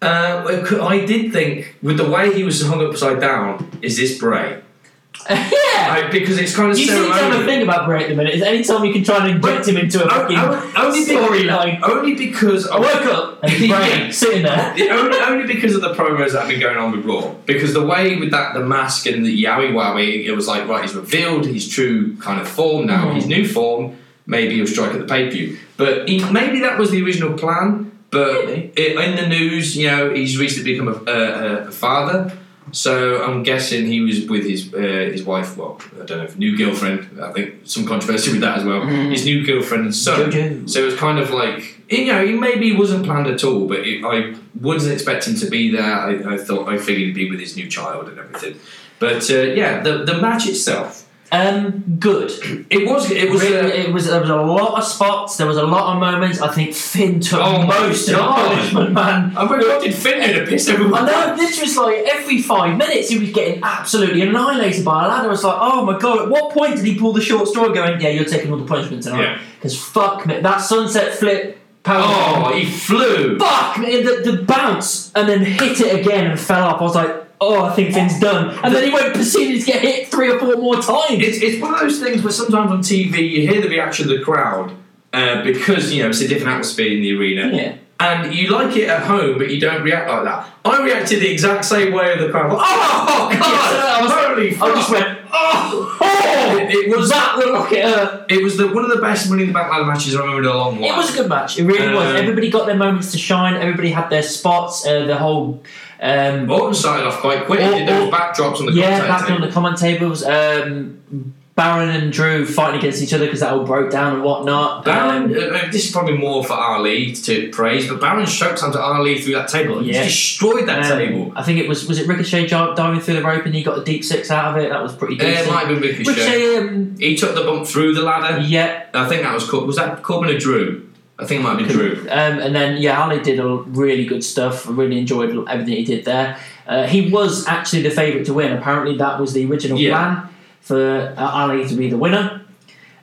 [SPEAKER 1] Uh, it could- I did think with the way he was hung upside down, is this Bray?
[SPEAKER 2] yeah.
[SPEAKER 1] I, because it's kind of
[SPEAKER 2] You see, the
[SPEAKER 1] ceremonial.
[SPEAKER 2] damn thing about Bray at the minute is anytime you can try and get him into a
[SPEAKER 1] Oh,
[SPEAKER 2] fucking
[SPEAKER 1] oh, only be-
[SPEAKER 2] storyline.
[SPEAKER 1] Only because
[SPEAKER 2] I woke up and Bray
[SPEAKER 1] Yeah.
[SPEAKER 2] sitting there.
[SPEAKER 1] The only, only because of the promos that have been going on with Raw. Because the way with that, the mask and the yowie wowie, it was like, right, he's revealed his true kind of form now, his new form. Maybe he'll strike at the pay per view. But he, maybe that was the original plan. But
[SPEAKER 2] Really?
[SPEAKER 1] it, in the news, you know, he's recently become a, a, a father. So I'm guessing he was with his uh, his wife. Well, I don't know, if new girlfriend. I think some controversy with that as well. His new girlfriend and son.
[SPEAKER 2] Jojo.
[SPEAKER 1] So it was kind of like you know, he maybe wasn't planned at all, but it, I wasn't expecting to be there. I, I thought I figured he'd be with his new child and everything. But uh, yeah, the the match itself,
[SPEAKER 2] Um, good.
[SPEAKER 1] it was it was.
[SPEAKER 2] Really,
[SPEAKER 1] Uh,
[SPEAKER 2] it was there was a lot of spots. There was a lot of moments. I think Finn took
[SPEAKER 1] Oh my
[SPEAKER 2] most of the
[SPEAKER 1] God.
[SPEAKER 2] punishment, man.
[SPEAKER 1] I'm recording Finn in a piss everyone.
[SPEAKER 2] I know, this was like every five minutes he was getting absolutely annihilated by a ladder. It's like, oh my god, at what point did he pull the short straw going, yeah, you're taking all the punishment
[SPEAKER 1] Yeah.
[SPEAKER 2] tonight? Because fuck me, that sunset flip, power.
[SPEAKER 1] Oh, he flew.
[SPEAKER 2] Fuck me, the, the bounce, and then hit it again and fell off. I was like, oh, I think Finn's done. And then he went, proceeded to get hit three or four more times.
[SPEAKER 1] It's, it's one of those things where sometimes on TV you hear the reaction of the crowd, uh, because you know it's a different atmosphere in the arena.
[SPEAKER 2] Yeah.
[SPEAKER 1] And you like it at home, but you don't react like that. I reacted the exact same way with the crowd. Like, oh god!
[SPEAKER 2] I was-
[SPEAKER 1] holy fuck!
[SPEAKER 2] I just went,
[SPEAKER 1] oh!
[SPEAKER 2] oh,
[SPEAKER 1] It, it was
[SPEAKER 2] that looked like it hurt.
[SPEAKER 1] it was the, one of the best Money in the Bank ladder matches I remember in a long while.
[SPEAKER 2] It was a good match. It really was.
[SPEAKER 1] Um,
[SPEAKER 2] Everybody got their moments to shine. Everybody had their spots. Uh, the whole. Um,
[SPEAKER 1] Morton started off quite quick.
[SPEAKER 2] Or-
[SPEAKER 1] He did those
[SPEAKER 2] or-
[SPEAKER 1] backdrops on the
[SPEAKER 2] Oh, yeah,
[SPEAKER 1] contact
[SPEAKER 2] back on
[SPEAKER 1] tape.
[SPEAKER 2] the comment tables. Um, Baron and Drew fighting against each other because that all broke down and whatnot.
[SPEAKER 1] Baron,
[SPEAKER 2] Um,
[SPEAKER 1] uh, this is probably more for Ali to praise, but Baron stroked onto Ali through that table. He
[SPEAKER 2] Yeah.
[SPEAKER 1] destroyed that
[SPEAKER 2] um,
[SPEAKER 1] table.
[SPEAKER 2] I think it was was it Ricochet jar- diving through the rope and he got a deep six out of it. That was pretty
[SPEAKER 1] Uh, It
[SPEAKER 2] decent.
[SPEAKER 1] might have been Ricochet.
[SPEAKER 2] Ricochet, um,
[SPEAKER 1] He took the bump through the ladder.
[SPEAKER 2] yeah,
[SPEAKER 1] I think that was Cor- was that Corbin or Drew? I think it might be Drew.
[SPEAKER 2] um, and then yeah, Ali did a really good stuff. I really enjoyed everything he did there. Uh, he was actually the favourite to win. Apparently, that was the original
[SPEAKER 1] Yeah.
[SPEAKER 2] plan for uh, Ali to be the winner.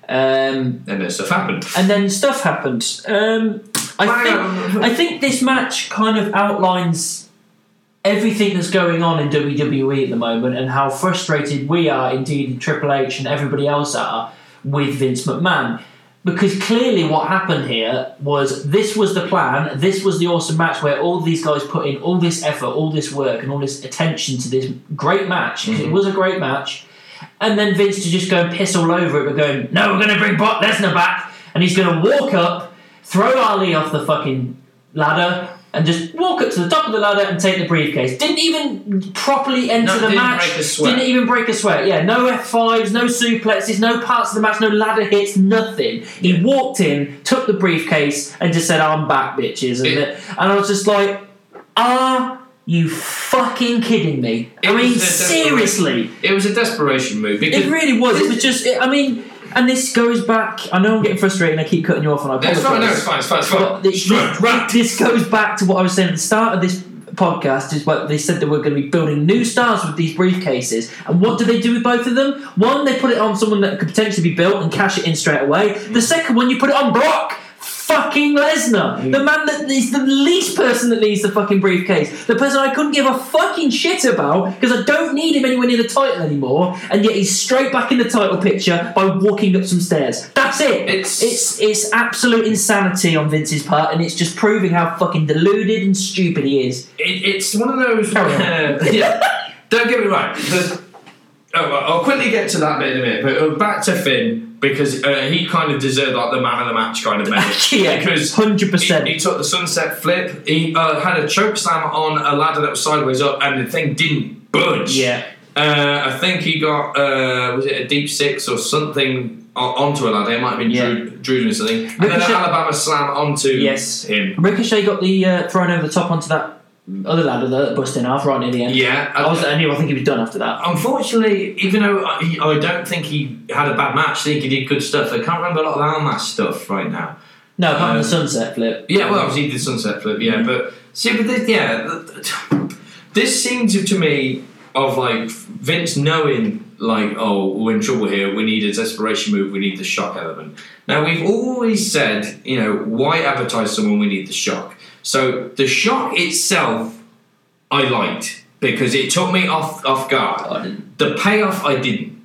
[SPEAKER 2] Um,
[SPEAKER 1] And then stuff happened.
[SPEAKER 2] and then stuff happened. Um, I think I think this match kind of outlines everything that's going on in WWE at the moment and how frustrated we are, indeed Triple H and everybody else are with Vince McMahon. Because clearly, what happened here was this was the plan, this was the awesome match where all these guys put in all this effort, all this work, and all this attention to this great match. 'cause It was a great match. And then Vince to just go and piss all over it, but going, no, we're going to bring Brock Lesnar back. And he's going to walk up, throw Ali off the fucking ladder, and just walk up to the top of the ladder and take the briefcase. Didn't even properly enter
[SPEAKER 1] No,
[SPEAKER 2] the
[SPEAKER 1] didn't
[SPEAKER 2] match.
[SPEAKER 1] break a sweat.
[SPEAKER 2] Didn't even break a sweat. Yeah, no F5s, no suplexes, no parts of the match, no ladder hits, nothing. He walked in, took the briefcase, and just said, I'm back, bitches. And,
[SPEAKER 1] It-
[SPEAKER 2] the- and I was just like, are you fucking kidding me?
[SPEAKER 1] It
[SPEAKER 2] I
[SPEAKER 1] was
[SPEAKER 2] mean,
[SPEAKER 1] the desperation-
[SPEAKER 2] seriously.
[SPEAKER 1] It was a desperation move because
[SPEAKER 2] It really was. It was just. It, I mean, and this goes back. I know I'm getting frustrated, and I keep cutting you off, and I
[SPEAKER 1] No, it's
[SPEAKER 2] apologise.
[SPEAKER 1] fine, no, it's fine, it's fine, it's
[SPEAKER 2] But
[SPEAKER 1] fine.
[SPEAKER 2] this,
[SPEAKER 1] Straight, right.
[SPEAKER 2] this goes back to what I was saying at the start of this podcast. Is what they said they were going to be building new stars with these briefcases, and what do they do with both of them? One, they put it on someone that could potentially be built and cash it in straight away. The second one, you put it on Brock. Fucking Lesnar, the man that is the least person that needs the fucking briefcase, the person I couldn't give a fucking shit about because I don't need him anywhere near the title anymore, and yet he's straight back in the title picture by walking up some stairs. That's it.
[SPEAKER 1] It's-
[SPEAKER 2] it's it's absolute insanity on Vince's part, and it's just proving how fucking deluded and stupid he is.
[SPEAKER 1] It, it's one of those.
[SPEAKER 2] Carry on.
[SPEAKER 1] Uh, yeah. Don't get me wrong. The- oh, well, I'll quickly get to that bit in a minute. But uh, back to Finn because uh, he kind of deserved like the man of the match kind of match.
[SPEAKER 2] Yeah,
[SPEAKER 1] because.
[SPEAKER 2] hundred
[SPEAKER 1] He,
[SPEAKER 2] percent.
[SPEAKER 1] he took the sunset flip. He uh, had a choke slam on a ladder that was sideways up, and the thing didn't budge.
[SPEAKER 2] Yeah,
[SPEAKER 1] Uh, I think he got uh, was it a deep six or something o- onto a ladder. It might have been
[SPEAKER 2] Yeah.
[SPEAKER 1] Drew, Drew doing something, and then an
[SPEAKER 2] Ricochet-
[SPEAKER 1] Alabama slam onto
[SPEAKER 2] Yes.
[SPEAKER 1] him.
[SPEAKER 2] Ricochet got the uh, thrown over the top onto that other ladder that burst in half right near the end.
[SPEAKER 1] Yeah,
[SPEAKER 2] I was, I knew. I think he was done after that.
[SPEAKER 1] Unfortunately, even though I, he- I don't think he had a bad match, I think he did good stuff. I can't remember a lot of our match stuff right now.
[SPEAKER 2] No, apart from
[SPEAKER 1] Um,
[SPEAKER 2] the sunset flip.
[SPEAKER 1] Yeah, well, obviously he did Sunset Flip, yeah, but see, but this, yeah, th- th- this seems to me of like Vince knowing, like, oh, we're in trouble here, we need a desperation move, we need the shock element. Now, we've always said, you know, why advertise someone we need the shock? So the shock itself, I liked because it took me off off guard.
[SPEAKER 2] Oh, I didn't.
[SPEAKER 1] The payoff, I didn't.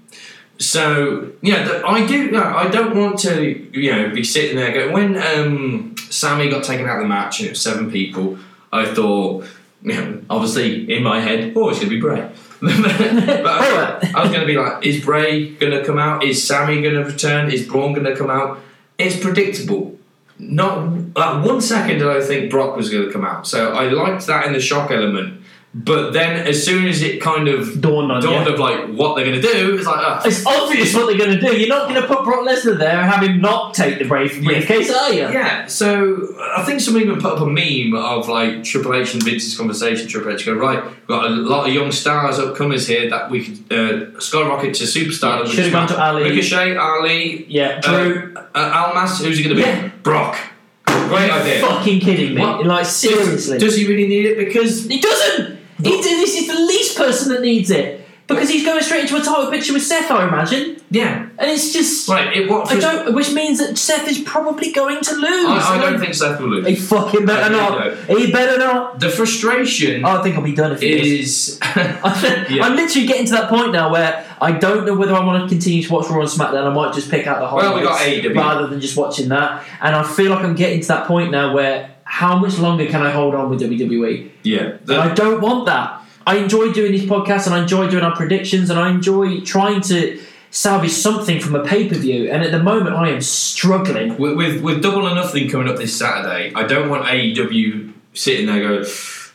[SPEAKER 1] So yeah, the, I do. No, I don't want to. You know, be sitting there going when um, Sammy got taken out of the match and it was seven people. I thought, you know, obviously in my head, oh, it's gonna be Bray. but I, I was gonna be like, is Bray gonna come out? Is Sammy gonna return? Is Braun gonna come out? It's predictable. Not uh, one second did I think Brock was going to come out. So I liked that in the shock element. But then as soon as it kind of
[SPEAKER 2] Dawned on
[SPEAKER 1] dawned
[SPEAKER 2] you.
[SPEAKER 1] of like what they're going to do, it's like, ah,
[SPEAKER 2] It's obvious what they're going to do. You're not going to put Brock Lesnar there and have him not take the brief- briefcase, are you?
[SPEAKER 1] Yeah, so I think someone even put up a meme of like Triple H and Vince's conversation. Triple H go right, we've got a lot of young stars, upcomers here that we could uh, skyrocket to superstar.
[SPEAKER 2] Should have gone to Ali.
[SPEAKER 1] Ricochet, Ali,
[SPEAKER 2] Yeah, Drew.
[SPEAKER 1] uh, uh, Almas. Who's it going to be?
[SPEAKER 2] Yeah.
[SPEAKER 1] Brock. Great idea.
[SPEAKER 2] fucking kidding me.
[SPEAKER 1] What?
[SPEAKER 2] Like, seriously.
[SPEAKER 1] Does he really need it? Because
[SPEAKER 2] He doesn't. He, this is the least person that needs it. Because he's going straight into a title picture with Seth, I imagine,
[SPEAKER 1] Yeah.
[SPEAKER 2] and it's just
[SPEAKER 1] Right. It, what,
[SPEAKER 2] I don't, which means that Seth is probably going to lose.
[SPEAKER 1] I, I
[SPEAKER 2] And
[SPEAKER 1] don't think Seth will lose.
[SPEAKER 2] He fucking better
[SPEAKER 1] I
[SPEAKER 2] not.
[SPEAKER 1] don't
[SPEAKER 2] He better not. Oh,
[SPEAKER 1] The frustration
[SPEAKER 2] I think I'll be done if he does.
[SPEAKER 1] is. yeah.
[SPEAKER 2] I'm literally getting to that point now where I don't know whether I want to continue to watch Raw and SmackDown. I might just pick out the
[SPEAKER 1] Well, we got E
[SPEAKER 2] highlights
[SPEAKER 1] AEW.
[SPEAKER 2] rather than just watching that. And I feel like I'm getting to that point now where how much longer can I hold on with E? WWE?
[SPEAKER 1] Yeah.
[SPEAKER 2] And I
[SPEAKER 1] The,
[SPEAKER 2] don't want that. I enjoy doing these podcasts and I enjoy doing our predictions and I enjoy trying to salvage something from a pay per view. And at the moment, I am struggling.
[SPEAKER 1] with, with with double or nothing coming up this Saturday, I don't want AEW sitting there going.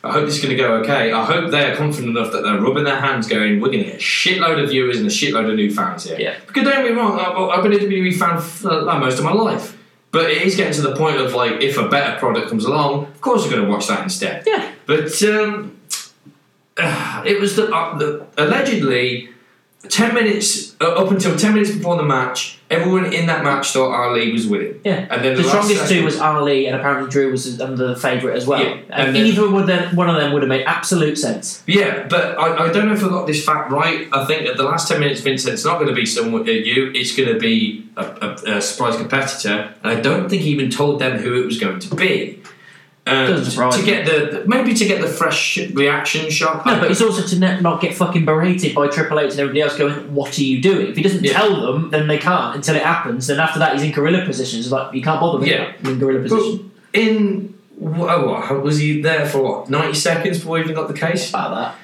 [SPEAKER 1] I hope this is going to go okay. I hope they are confident enough that they're rubbing their hands, going, "We're going to get a shitload of viewers and a shitload of new fans here."
[SPEAKER 2] Yeah.
[SPEAKER 1] Because don't get me wrong, I've, I've been a WWE fan for like, most of my life, but it is getting to the point of like, if a better product comes along, of course you're going to watch that instead.
[SPEAKER 2] Yeah.
[SPEAKER 1] But um, it was the, uh, the allegedly ten minutes uh, up until ten minutes before the match. Everyone in that match thought Ali was winning.
[SPEAKER 2] Yeah.
[SPEAKER 1] and then the, last
[SPEAKER 2] The strongest
[SPEAKER 1] second-
[SPEAKER 2] two was Ali, and apparently Drew was under the favourite as well.
[SPEAKER 1] Yeah,
[SPEAKER 2] And,
[SPEAKER 1] and then-
[SPEAKER 2] either one of them- one of them would have made absolute sense.
[SPEAKER 1] Yeah, but I, I don't know if I got this fact right. I think at the last ten minutes, Vince said it's not going to be someone uh, you. It's going to be a, a, a surprise competitor, and I don't think he even told them who it was going to be. Um,
[SPEAKER 2] Doesn't surprise
[SPEAKER 1] to get the maybe to get the fresh reaction shot.
[SPEAKER 2] No, but it's also to ne- not get fucking berated by Triple H and everybody else going, "What are you doing?" If he doesn't
[SPEAKER 1] Yeah.
[SPEAKER 2] tell them, then they can't until it happens. Then after that, he's in gorilla positions. It's like you can't bother with
[SPEAKER 1] Yeah.
[SPEAKER 2] that. in gorilla position.
[SPEAKER 1] in wha- oh, what, how- was he there for what ninety seconds before he even got the case?
[SPEAKER 2] About that.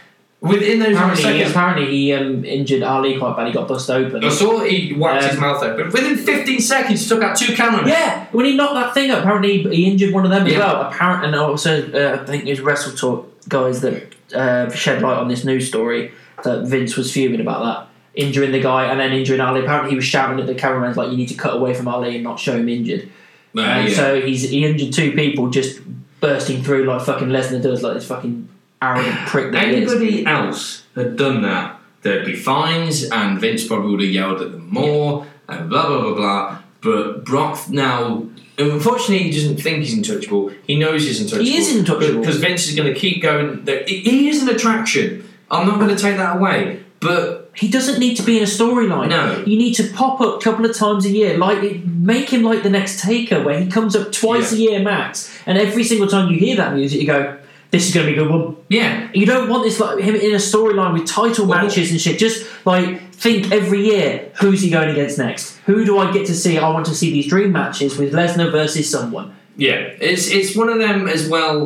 [SPEAKER 1] Within those ninety
[SPEAKER 2] Apparently, he,
[SPEAKER 1] seconds,
[SPEAKER 2] apparently he um, injured Ali quite bad. He got bust open.
[SPEAKER 1] I saw he whacked
[SPEAKER 2] Um,
[SPEAKER 1] his mouth open. Within fifteen seconds, he took out two cameramen.
[SPEAKER 2] Yeah, when he knocked that thing up, apparently he injured one of them as
[SPEAKER 1] Yeah.
[SPEAKER 2] well. Apparently, and also uh, I think it was Wrestle Talk guys that uh, shed light on this news story that Vince was fuming about that. Injuring the guy and then injuring Ali. Apparently, he was shouting at the cameraman like, "You need to cut away from Ali and not show him injured."
[SPEAKER 1] Uh,
[SPEAKER 2] And
[SPEAKER 1] yeah.
[SPEAKER 2] So he's he injured two people just bursting through like fucking Lesnar does, like this fucking arrogant prick that he is.
[SPEAKER 1] Anybody else had done that, there'd be fines, and Vince probably would have yelled at them more, and blah blah blah blah. But Brock now, unfortunately, he doesn't think he's untouchable. He knows he's untouchable.
[SPEAKER 2] He is untouchable.
[SPEAKER 1] because Vince is going to keep going. there- He he is an attraction. I'm not going to take that away, but
[SPEAKER 2] He doesn't need to be in a storyline.
[SPEAKER 1] No.
[SPEAKER 2] You need to pop up a couple of times a year, like it- make him like the next Taker, where he comes up twice a year max, and every single time you hear that music, you go, "This is going to be a good one."
[SPEAKER 1] yeah,
[SPEAKER 2] You don't want this like him in a storyline with title
[SPEAKER 1] Well-
[SPEAKER 2] matches and shit. Just like think every year, who's he going against next? Who do I get to see? I want to see these dream matches with Lesnar versus someone.
[SPEAKER 1] Yeah, it's it's one of them as well.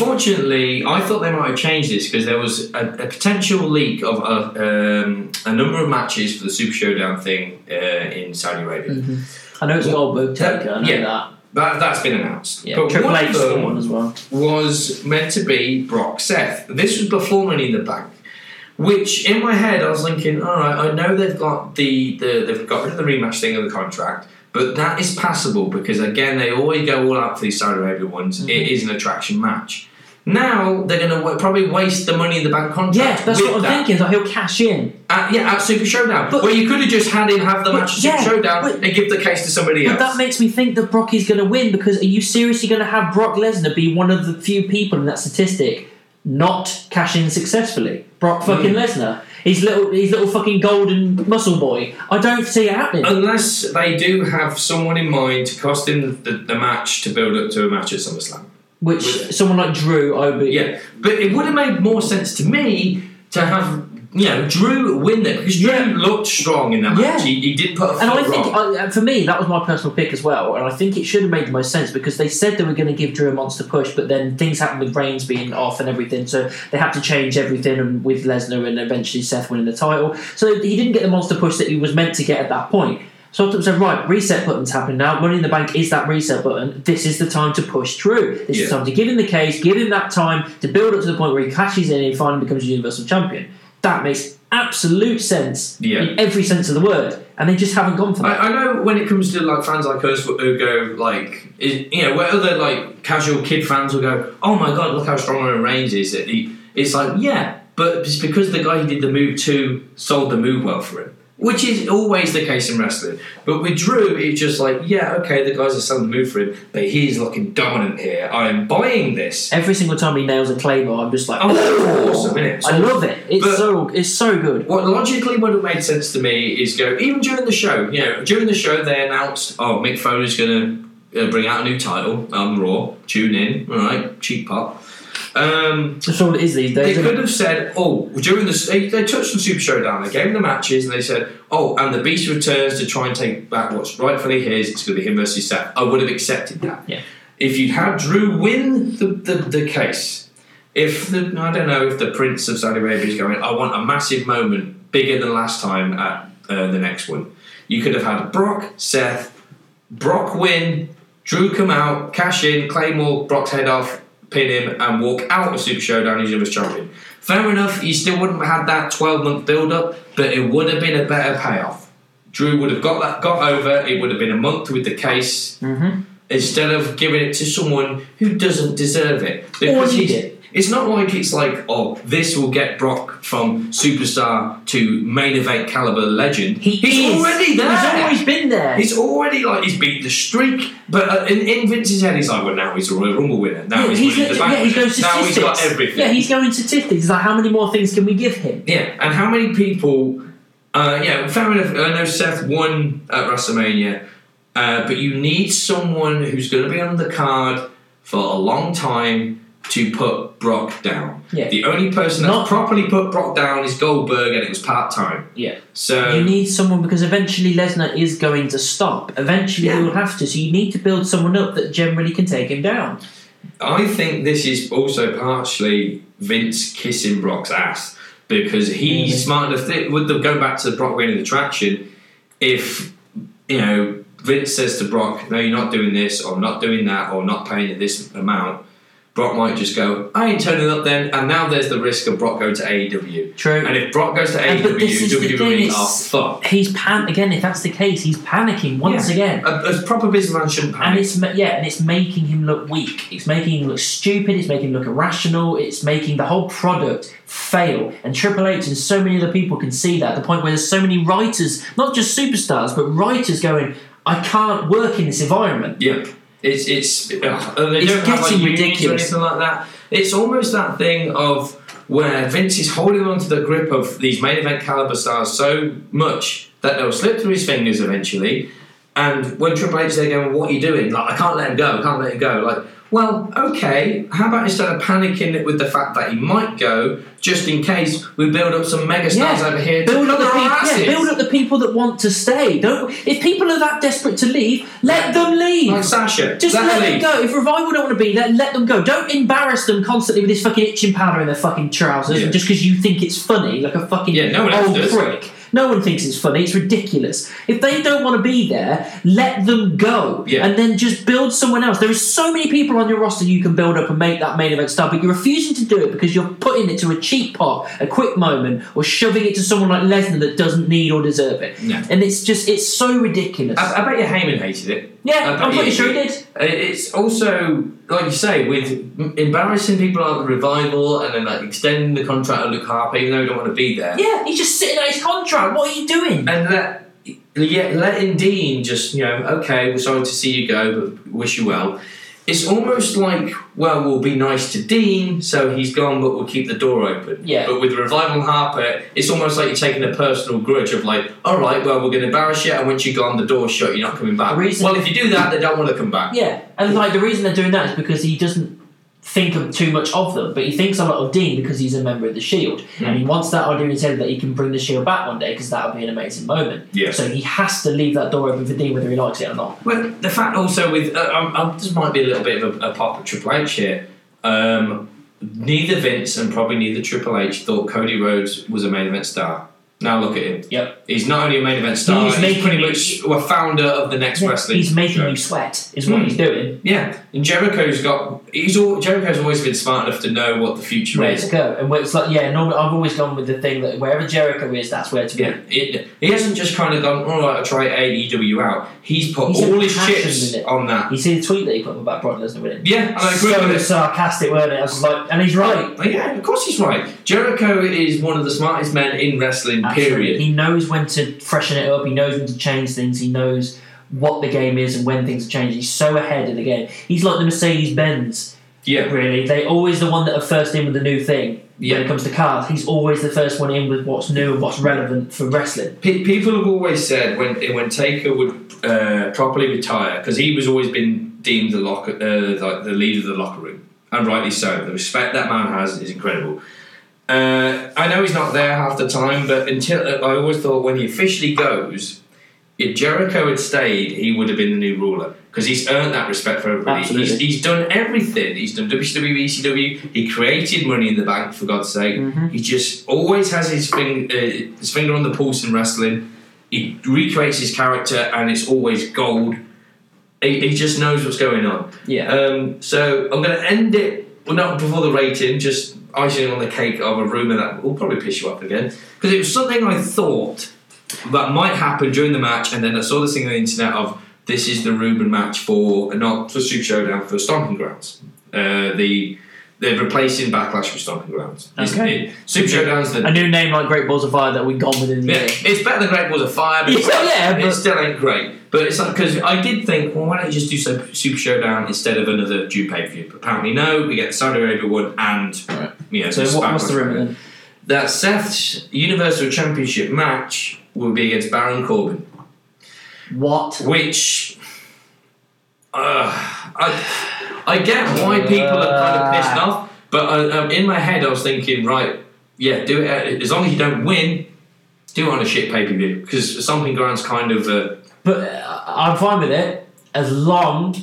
[SPEAKER 1] Unfortunately, I thought they might have changed this because there was a, a potential leak of a, um, a number of matches for the Super Showdown thing uh, in Saudi Arabia.
[SPEAKER 2] Mm-hmm. I know it's Goldberg
[SPEAKER 1] that-
[SPEAKER 2] Taker. I know
[SPEAKER 1] yeah.
[SPEAKER 2] that.
[SPEAKER 1] That, that's been announced.
[SPEAKER 2] Yeah,
[SPEAKER 1] but
[SPEAKER 2] Triple
[SPEAKER 1] one
[SPEAKER 2] H
[SPEAKER 1] of
[SPEAKER 2] is the
[SPEAKER 1] them
[SPEAKER 2] one as well.
[SPEAKER 1] was meant to be Brock Seth. This was before Money in the Bank. Which in my head I was thinking, all right, I know they've got the, the they've got rid of the rematch thing of the contract, but that is passable because again they always go all out for these Saudi Arabia ones.
[SPEAKER 2] Mm-hmm.
[SPEAKER 1] It is an attraction match. Now they're going to w- probably waste the Money in the Bank contract.
[SPEAKER 2] Yeah, that's
[SPEAKER 1] with
[SPEAKER 2] what I'm
[SPEAKER 1] that.
[SPEAKER 2] thinking. Like he'll cash in.
[SPEAKER 1] At, yeah, at Super Showdown,
[SPEAKER 2] But-
[SPEAKER 1] where you could have just had him have the
[SPEAKER 2] But-
[SPEAKER 1] match at Super
[SPEAKER 2] yeah,
[SPEAKER 1] Showdown
[SPEAKER 2] but-
[SPEAKER 1] and give the case to somebody
[SPEAKER 2] But
[SPEAKER 1] else.
[SPEAKER 2] that makes me think that Brock is going to win because are you seriously going to have Brock Lesnar be one of the few people in that statistic not cash in successfully? Brock fucking Lesnar. His little, his little fucking golden muscle boy. I don't see it happening.
[SPEAKER 1] Oh. Unless they do have someone in mind to cost him the, the match to build up to a match at SummerSlam.
[SPEAKER 2] Which someone like Drew, I would be.
[SPEAKER 1] Yeah, but it would have made more sense to me to have you know Drew win that because Drew
[SPEAKER 2] Yeah.
[SPEAKER 1] looked strong in that
[SPEAKER 2] Yeah.
[SPEAKER 1] match. He, he did put a
[SPEAKER 2] And I
[SPEAKER 1] foot
[SPEAKER 2] think,
[SPEAKER 1] wrong.
[SPEAKER 2] I, for me, that was my personal pick as well. And I think it should have made the most sense because they said they were going to give Drew a monster push, but then things happened with Reigns being off and everything, so they had to change everything and with Lesnar and eventually Seth winning the title. So he didn't get the monster push that he was meant to get at that point. So I said, right, reset button's happening now. Money in the Bank is that reset button. This is the time to push Drew. This is
[SPEAKER 1] Yeah.
[SPEAKER 2] the time to give him the case, give him that time to build up to the point where he cashes in and finally becomes a Universal Champion. That makes absolute sense
[SPEAKER 1] Yeah.
[SPEAKER 2] in every sense of the word, and they just haven't gone for
[SPEAKER 1] I,
[SPEAKER 2] that.
[SPEAKER 1] I know when it comes to like fans like us who- who go like is, you know where other like casual kid fans will go, oh my god, look how strong Roman Reigns is. It- he- it's like yeah, but it's because the guy he did the move to sold the move well for him. which is always the case in wrestling. But with Drew, it's just like, yeah, okay, the guys are selling the move for him, but he's looking dominant here. I am buying this.
[SPEAKER 2] Every single time he nails a claymore, I'm just like,
[SPEAKER 1] Oh, that's awesome, isn't it?
[SPEAKER 2] I love it. It's
[SPEAKER 1] But-
[SPEAKER 2] so it's so good.
[SPEAKER 1] What logically would have made sense to me is go even during the show. You know, during the show they announced, oh, Mick Foley's going to uh, bring out a new title on Raw. Tune in, all right, cheap pop. Um,
[SPEAKER 2] That's all it is these
[SPEAKER 1] they
[SPEAKER 2] days. isn't
[SPEAKER 1] could
[SPEAKER 2] it?
[SPEAKER 1] have said, oh, during the they, they touched on Super Showdown. They gave him the matches and they said, oh, and the Beast returns to try and take back what's rightfully his. It's going to be him versus Seth. I would have accepted that.
[SPEAKER 2] Yeah.
[SPEAKER 1] If you'd had Drew win the, the, the case, if the I don't know if the Prince of Saudi Arabia is going, I want a massive moment bigger than last time at uh, the next one. You could have had Brock, Seth, Brock win, Drew come out, cash in, Claymore, Brock's head off, pin him, and walk out of Super Showdown as Universe Champion. Fair enough, you still wouldn't have had that 12 month build up, but it would have been a better payoff. Drew would have got that got over, it would have been a month with the case
[SPEAKER 2] Mhm.
[SPEAKER 1] instead of giving it to someone who doesn't deserve it.
[SPEAKER 2] Or need
[SPEAKER 1] he's-
[SPEAKER 2] it.
[SPEAKER 1] It's not like it's like, oh, this will get Brock from superstar to main event caliber legend.
[SPEAKER 2] He
[SPEAKER 1] he's
[SPEAKER 2] is.
[SPEAKER 1] already there.
[SPEAKER 2] He's always been there.
[SPEAKER 1] He's already like he's beat the streak, but uh, in, in Vince's head, he's like, well, now he's a Royal Rumble winner. Now
[SPEAKER 2] yeah,
[SPEAKER 1] he's,
[SPEAKER 2] he's,
[SPEAKER 1] winning the
[SPEAKER 2] yeah,
[SPEAKER 1] bank.
[SPEAKER 2] he's going
[SPEAKER 1] now he's
[SPEAKER 2] statistics.
[SPEAKER 1] got everything.
[SPEAKER 2] Yeah, he's going statistics. He's like, how many more things can we give him?
[SPEAKER 1] Yeah, and how many people? Uh, yeah, fair enough. I know Seth won at WrestleMania, uh, but you need someone who's going to be on the card for a long time to put Brock down.
[SPEAKER 2] Yeah.
[SPEAKER 1] The only person that
[SPEAKER 2] Not-
[SPEAKER 1] properly put Brock down is Goldberg, and it was part time.
[SPEAKER 2] Yeah.
[SPEAKER 1] So
[SPEAKER 2] You need someone because eventually Lesnar is going to stop. Eventually
[SPEAKER 1] Yeah.
[SPEAKER 2] he will have to. So you need to build someone up that generally can take him down.
[SPEAKER 1] I think this is also partially Vince kissing Brock's ass because he's
[SPEAKER 2] Really?
[SPEAKER 1] smart enough. Th- with the going back to the Brock winning the traction, if you know Vince says to Brock, "No, you're not doing this, or I'm not doing that, or I'm not paying you this amount," Brock might just go, "I ain't turning up then." And now there's the risk of Brock going to AEW.
[SPEAKER 2] True.
[SPEAKER 1] And if Brock goes to E
[SPEAKER 2] And- but
[SPEAKER 1] AEW,
[SPEAKER 2] this is the thing,
[SPEAKER 1] WWE are
[SPEAKER 2] it's-
[SPEAKER 1] fucked.
[SPEAKER 2] He's pan again. If that's the case, he's panicking once
[SPEAKER 1] Yeah.
[SPEAKER 2] again.
[SPEAKER 1] A, a proper businessman shouldn't
[SPEAKER 2] And
[SPEAKER 1] panic.
[SPEAKER 2] it's ma- yeah, and it's making him look weak. It's making him look stupid. It's making him look irrational. It's making the whole product fail. And Triple H and so many other people can see that. The point where there's so many writers, not just superstars, but writers going, "I can't work in this environment."
[SPEAKER 1] Yeah, it's it's ugh, and they
[SPEAKER 2] It's
[SPEAKER 1] don't have, like,
[SPEAKER 2] getting
[SPEAKER 1] unions or
[SPEAKER 2] ridiculous.
[SPEAKER 1] anything like that. It's almost that thing of where Vince is holding on to the grip of these main event caliber stars so much that they'll slip through his fingers eventually. And when Triple H they're going, "What are you doing? Like I can't let him go. I can't let him go." Like. Well, okay. How about instead of panicking it with the fact that he might go, just in case we build up some megastars
[SPEAKER 2] Yeah.
[SPEAKER 1] over here
[SPEAKER 2] Build
[SPEAKER 1] to
[SPEAKER 2] up,
[SPEAKER 1] cover
[SPEAKER 2] the
[SPEAKER 1] our
[SPEAKER 2] people,
[SPEAKER 1] asses?
[SPEAKER 2] yeah, build up the people that want to stay. Don't if people are that desperate to leave, let them leave.
[SPEAKER 1] like Sasha.
[SPEAKER 2] Just
[SPEAKER 1] that
[SPEAKER 2] let
[SPEAKER 1] league.
[SPEAKER 2] them go. If Revival don't want to be there, let them go. Don't embarrass them constantly with this fucking itching powder in their fucking trousers
[SPEAKER 1] Yeah.
[SPEAKER 2] just because you think it's funny, like a fucking
[SPEAKER 1] Yeah, no one else
[SPEAKER 2] old
[SPEAKER 1] does.
[SPEAKER 2] prick. No one thinks it's funny. It's ridiculous. If they don't want to be there, let them go.
[SPEAKER 1] Yeah.
[SPEAKER 2] And then just build someone else. There are so many people on your roster you can build up and make that main event star, but you're refusing to do it because you're putting it to a cheap pot, a quick moment, or shoving it to someone like Lesnar that doesn't need or deserve it.
[SPEAKER 1] No.
[SPEAKER 2] And it's just, it's so ridiculous.
[SPEAKER 1] I, I bet you Heyman hated Uh, it.
[SPEAKER 2] yeah,
[SPEAKER 1] I
[SPEAKER 2] I'm
[SPEAKER 1] bet
[SPEAKER 2] pretty
[SPEAKER 1] you
[SPEAKER 2] sure he
[SPEAKER 1] did.
[SPEAKER 2] did.
[SPEAKER 1] It's also like you say with m- embarrassing people like the revival, and then like extending the contract of Luke Harper, even though we don't want to be there.
[SPEAKER 2] Yeah, he's just sitting on his contract. What are you doing?
[SPEAKER 1] And let yeah, letting Dean just you know, okay, we're sorry to see you go, but wish you well. It's almost like well, we'll be nice to Dean, so he's gone, but we'll keep the door open.
[SPEAKER 2] Yeah.
[SPEAKER 1] But with revival and Harper, it's almost like you're taking a personal grudge of like, all right, well, we're going to embarrass you, and once you're gone, the door's shut, you're not coming back.
[SPEAKER 2] The reason-
[SPEAKER 1] well, if you do that, they don't want to come back.
[SPEAKER 2] Yeah, and like the reason they're doing that is because he doesn't think of too much of them, but he thinks a lot of Dean because he's a member of the Shield, E
[SPEAKER 1] Hmm.
[SPEAKER 2] and he wants that idea in his head that he can bring the Shield E back one day because that would be an amazing moment.
[SPEAKER 1] Yeah.
[SPEAKER 2] So he has to leave that door open for Dean whether he likes it or not.
[SPEAKER 1] Well, the fact also with uh, um, um, this might be a little bit of a, a pop at Triple H here. Um, neither Vince and probably neither Triple H thought Cody Rhodes was a main event star. Now look at him.
[SPEAKER 2] Yep.
[SPEAKER 1] He's not only a main event star.
[SPEAKER 2] He's
[SPEAKER 1] He's,
[SPEAKER 2] making
[SPEAKER 1] pretty
[SPEAKER 2] me-
[SPEAKER 1] much a founder of the next wrestling.
[SPEAKER 2] he's making
[SPEAKER 1] show.
[SPEAKER 2] you sweat, is what
[SPEAKER 1] Hmm.
[SPEAKER 2] he's doing.
[SPEAKER 1] Yeah, and Jericho's got. He's all, Jericho's always been smart enough to know what the future
[SPEAKER 2] Where
[SPEAKER 1] is.
[SPEAKER 2] to go? And where it's like, yeah, normally I've always gone with the thing that wherever Jericho is, that's where to go.
[SPEAKER 1] Yeah, it, he hasn't just kind of gone. All right, I'll try AEW out. He's put
[SPEAKER 2] He's had
[SPEAKER 1] all his
[SPEAKER 2] passion
[SPEAKER 1] chips
[SPEAKER 2] with it.
[SPEAKER 1] on that.
[SPEAKER 2] You see the tweet that he put up about Brock Lesnar winning.
[SPEAKER 1] Yeah, and I agree with
[SPEAKER 2] so
[SPEAKER 1] it.
[SPEAKER 2] sarcastic, weren't it? I
[SPEAKER 1] Oh,
[SPEAKER 2] was just like, and he's right.
[SPEAKER 1] Yeah, of course he's right. Jericho is one of the smartest men in wrestling
[SPEAKER 2] mastery.
[SPEAKER 1] Period.
[SPEAKER 2] He knows when to freshen it up. He knows when to change things. He knows what the game is and when things are changing. He's so ahead of the game. He's like the Mercedes Benz.
[SPEAKER 1] Yeah,
[SPEAKER 2] Really, they always the one that are first in with the new thing. When
[SPEAKER 1] yeah.
[SPEAKER 2] it comes to cars, he's always the first one in with what's new and what's relevant for wrestling.
[SPEAKER 1] Pe- people have always said when when Taker would uh, properly retire because he was always been deemed the locker uh, like the leader of the locker room, and rightly so. The respect that man has is incredible. Uh, I know he's not there half the time, but until I always thought when he officially goes, if Jericho had stayed, he would have been the new ruler because he's earned that respect for everybody. He's,
[SPEAKER 2] Absolutely.
[SPEAKER 1] he's done everything. He's done WWE, ECW. E He created Money in the Bank for God's sake. He just always has his thing, uh, his finger on the pulse in wrestling. He recreates his character, and it's always gold. He, he just knows what's going on.
[SPEAKER 2] Yeah.
[SPEAKER 1] Um, so I'm going to end it, well, not before the rating, just icing on the cake of a rumour that will probably piss you off again. Because it was something I thought that might happen during the match, and then I saw this thing on the internet of this is the Ruben match for not for Super Showdown for Stomping Grounds. Uh, the they're replacing Backlash with Stomping Grounds. It's-
[SPEAKER 2] Okay.
[SPEAKER 1] it- Super Showdown's
[SPEAKER 2] A
[SPEAKER 1] the
[SPEAKER 2] new name like Great Balls of Fire that we gone within the
[SPEAKER 1] yeah,
[SPEAKER 2] year.
[SPEAKER 1] it's better than Great Balls of Fire, but,
[SPEAKER 2] Yeah,
[SPEAKER 1] it's still-
[SPEAKER 2] yeah,
[SPEAKER 1] it
[SPEAKER 2] but-
[SPEAKER 1] still ain't great. But it's like because I did think, well, why don't you just do Sup- Super Showdown instead of another June pay per view? But apparently, no. We get Saudi Arabia one and you know.
[SPEAKER 2] So
[SPEAKER 1] this
[SPEAKER 2] what, what's
[SPEAKER 1] Backlash
[SPEAKER 2] the rumor
[SPEAKER 1] one.
[SPEAKER 2] then?
[SPEAKER 1] That Seth's Universal Championship match will be against Baron Corbin,
[SPEAKER 2] What?
[SPEAKER 1] which. Uh, I, I get why people are kind of pissed off, but I, um, in my head I was thinking, right, yeah, do it as long as you don't win, do it on a shit pay per view because something grounds kind of uh,
[SPEAKER 2] But uh, I'm fine with it as long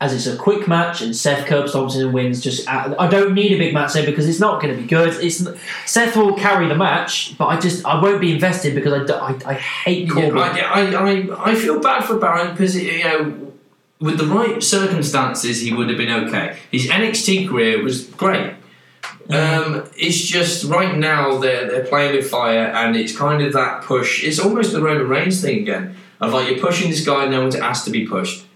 [SPEAKER 2] as it's a quick match and Seth curbs Thompson and wins. Just out, I don't need a big match there because it's not going to be good. It's n- Seth will carry the match, but I just I won't be invested because I, d- I, I hate Corbin.
[SPEAKER 1] Yeah, I, I, I, I feel bad for Baron because you know, with the right circumstances, he would have been okay. His NXT career was great. Um, it's just right now they're they're playing with fire, and it's kind of that push. It's almost the Roman Reigns thing again. Of like you're pushing this guy, no one's asked to be pushed.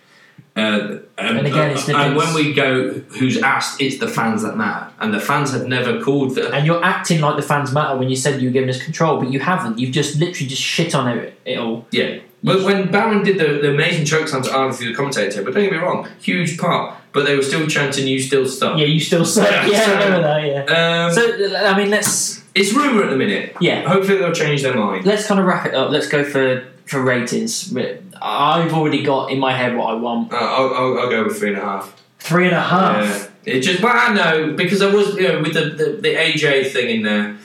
[SPEAKER 1] Uh, and,
[SPEAKER 2] And again, it's the
[SPEAKER 1] and
[SPEAKER 2] Vince.
[SPEAKER 1] when we go, who's asked? It's the fans that matter, and the fans have never called. For,
[SPEAKER 2] And you're acting like the fans matter when you said you were giving us control, but you haven't. You've just literally just shit on it, it all.
[SPEAKER 1] Yeah. But when Baron did the, the amazing choke slam to Arn through the commentator table, but don't get me wrong, huge part, but they were still chanting "You still stuck."
[SPEAKER 2] Yeah, you still suck.
[SPEAKER 1] Yeah,
[SPEAKER 2] Yeah,
[SPEAKER 1] so-
[SPEAKER 2] I remember that. Yeah.
[SPEAKER 1] Um,
[SPEAKER 2] So I mean, let's
[SPEAKER 1] it's rumor at the minute.
[SPEAKER 2] yeah.
[SPEAKER 1] Hopefully they'll change their mind.
[SPEAKER 2] let's kind of wrap it up. Let's go for for ratings. I've already got in my head what I want.
[SPEAKER 1] Uh, I'll, I'll, I'll go with three and a half.
[SPEAKER 2] Three and a half.
[SPEAKER 1] Yeah. It just well, I know because I was you know with the, the, the AJ thing in there.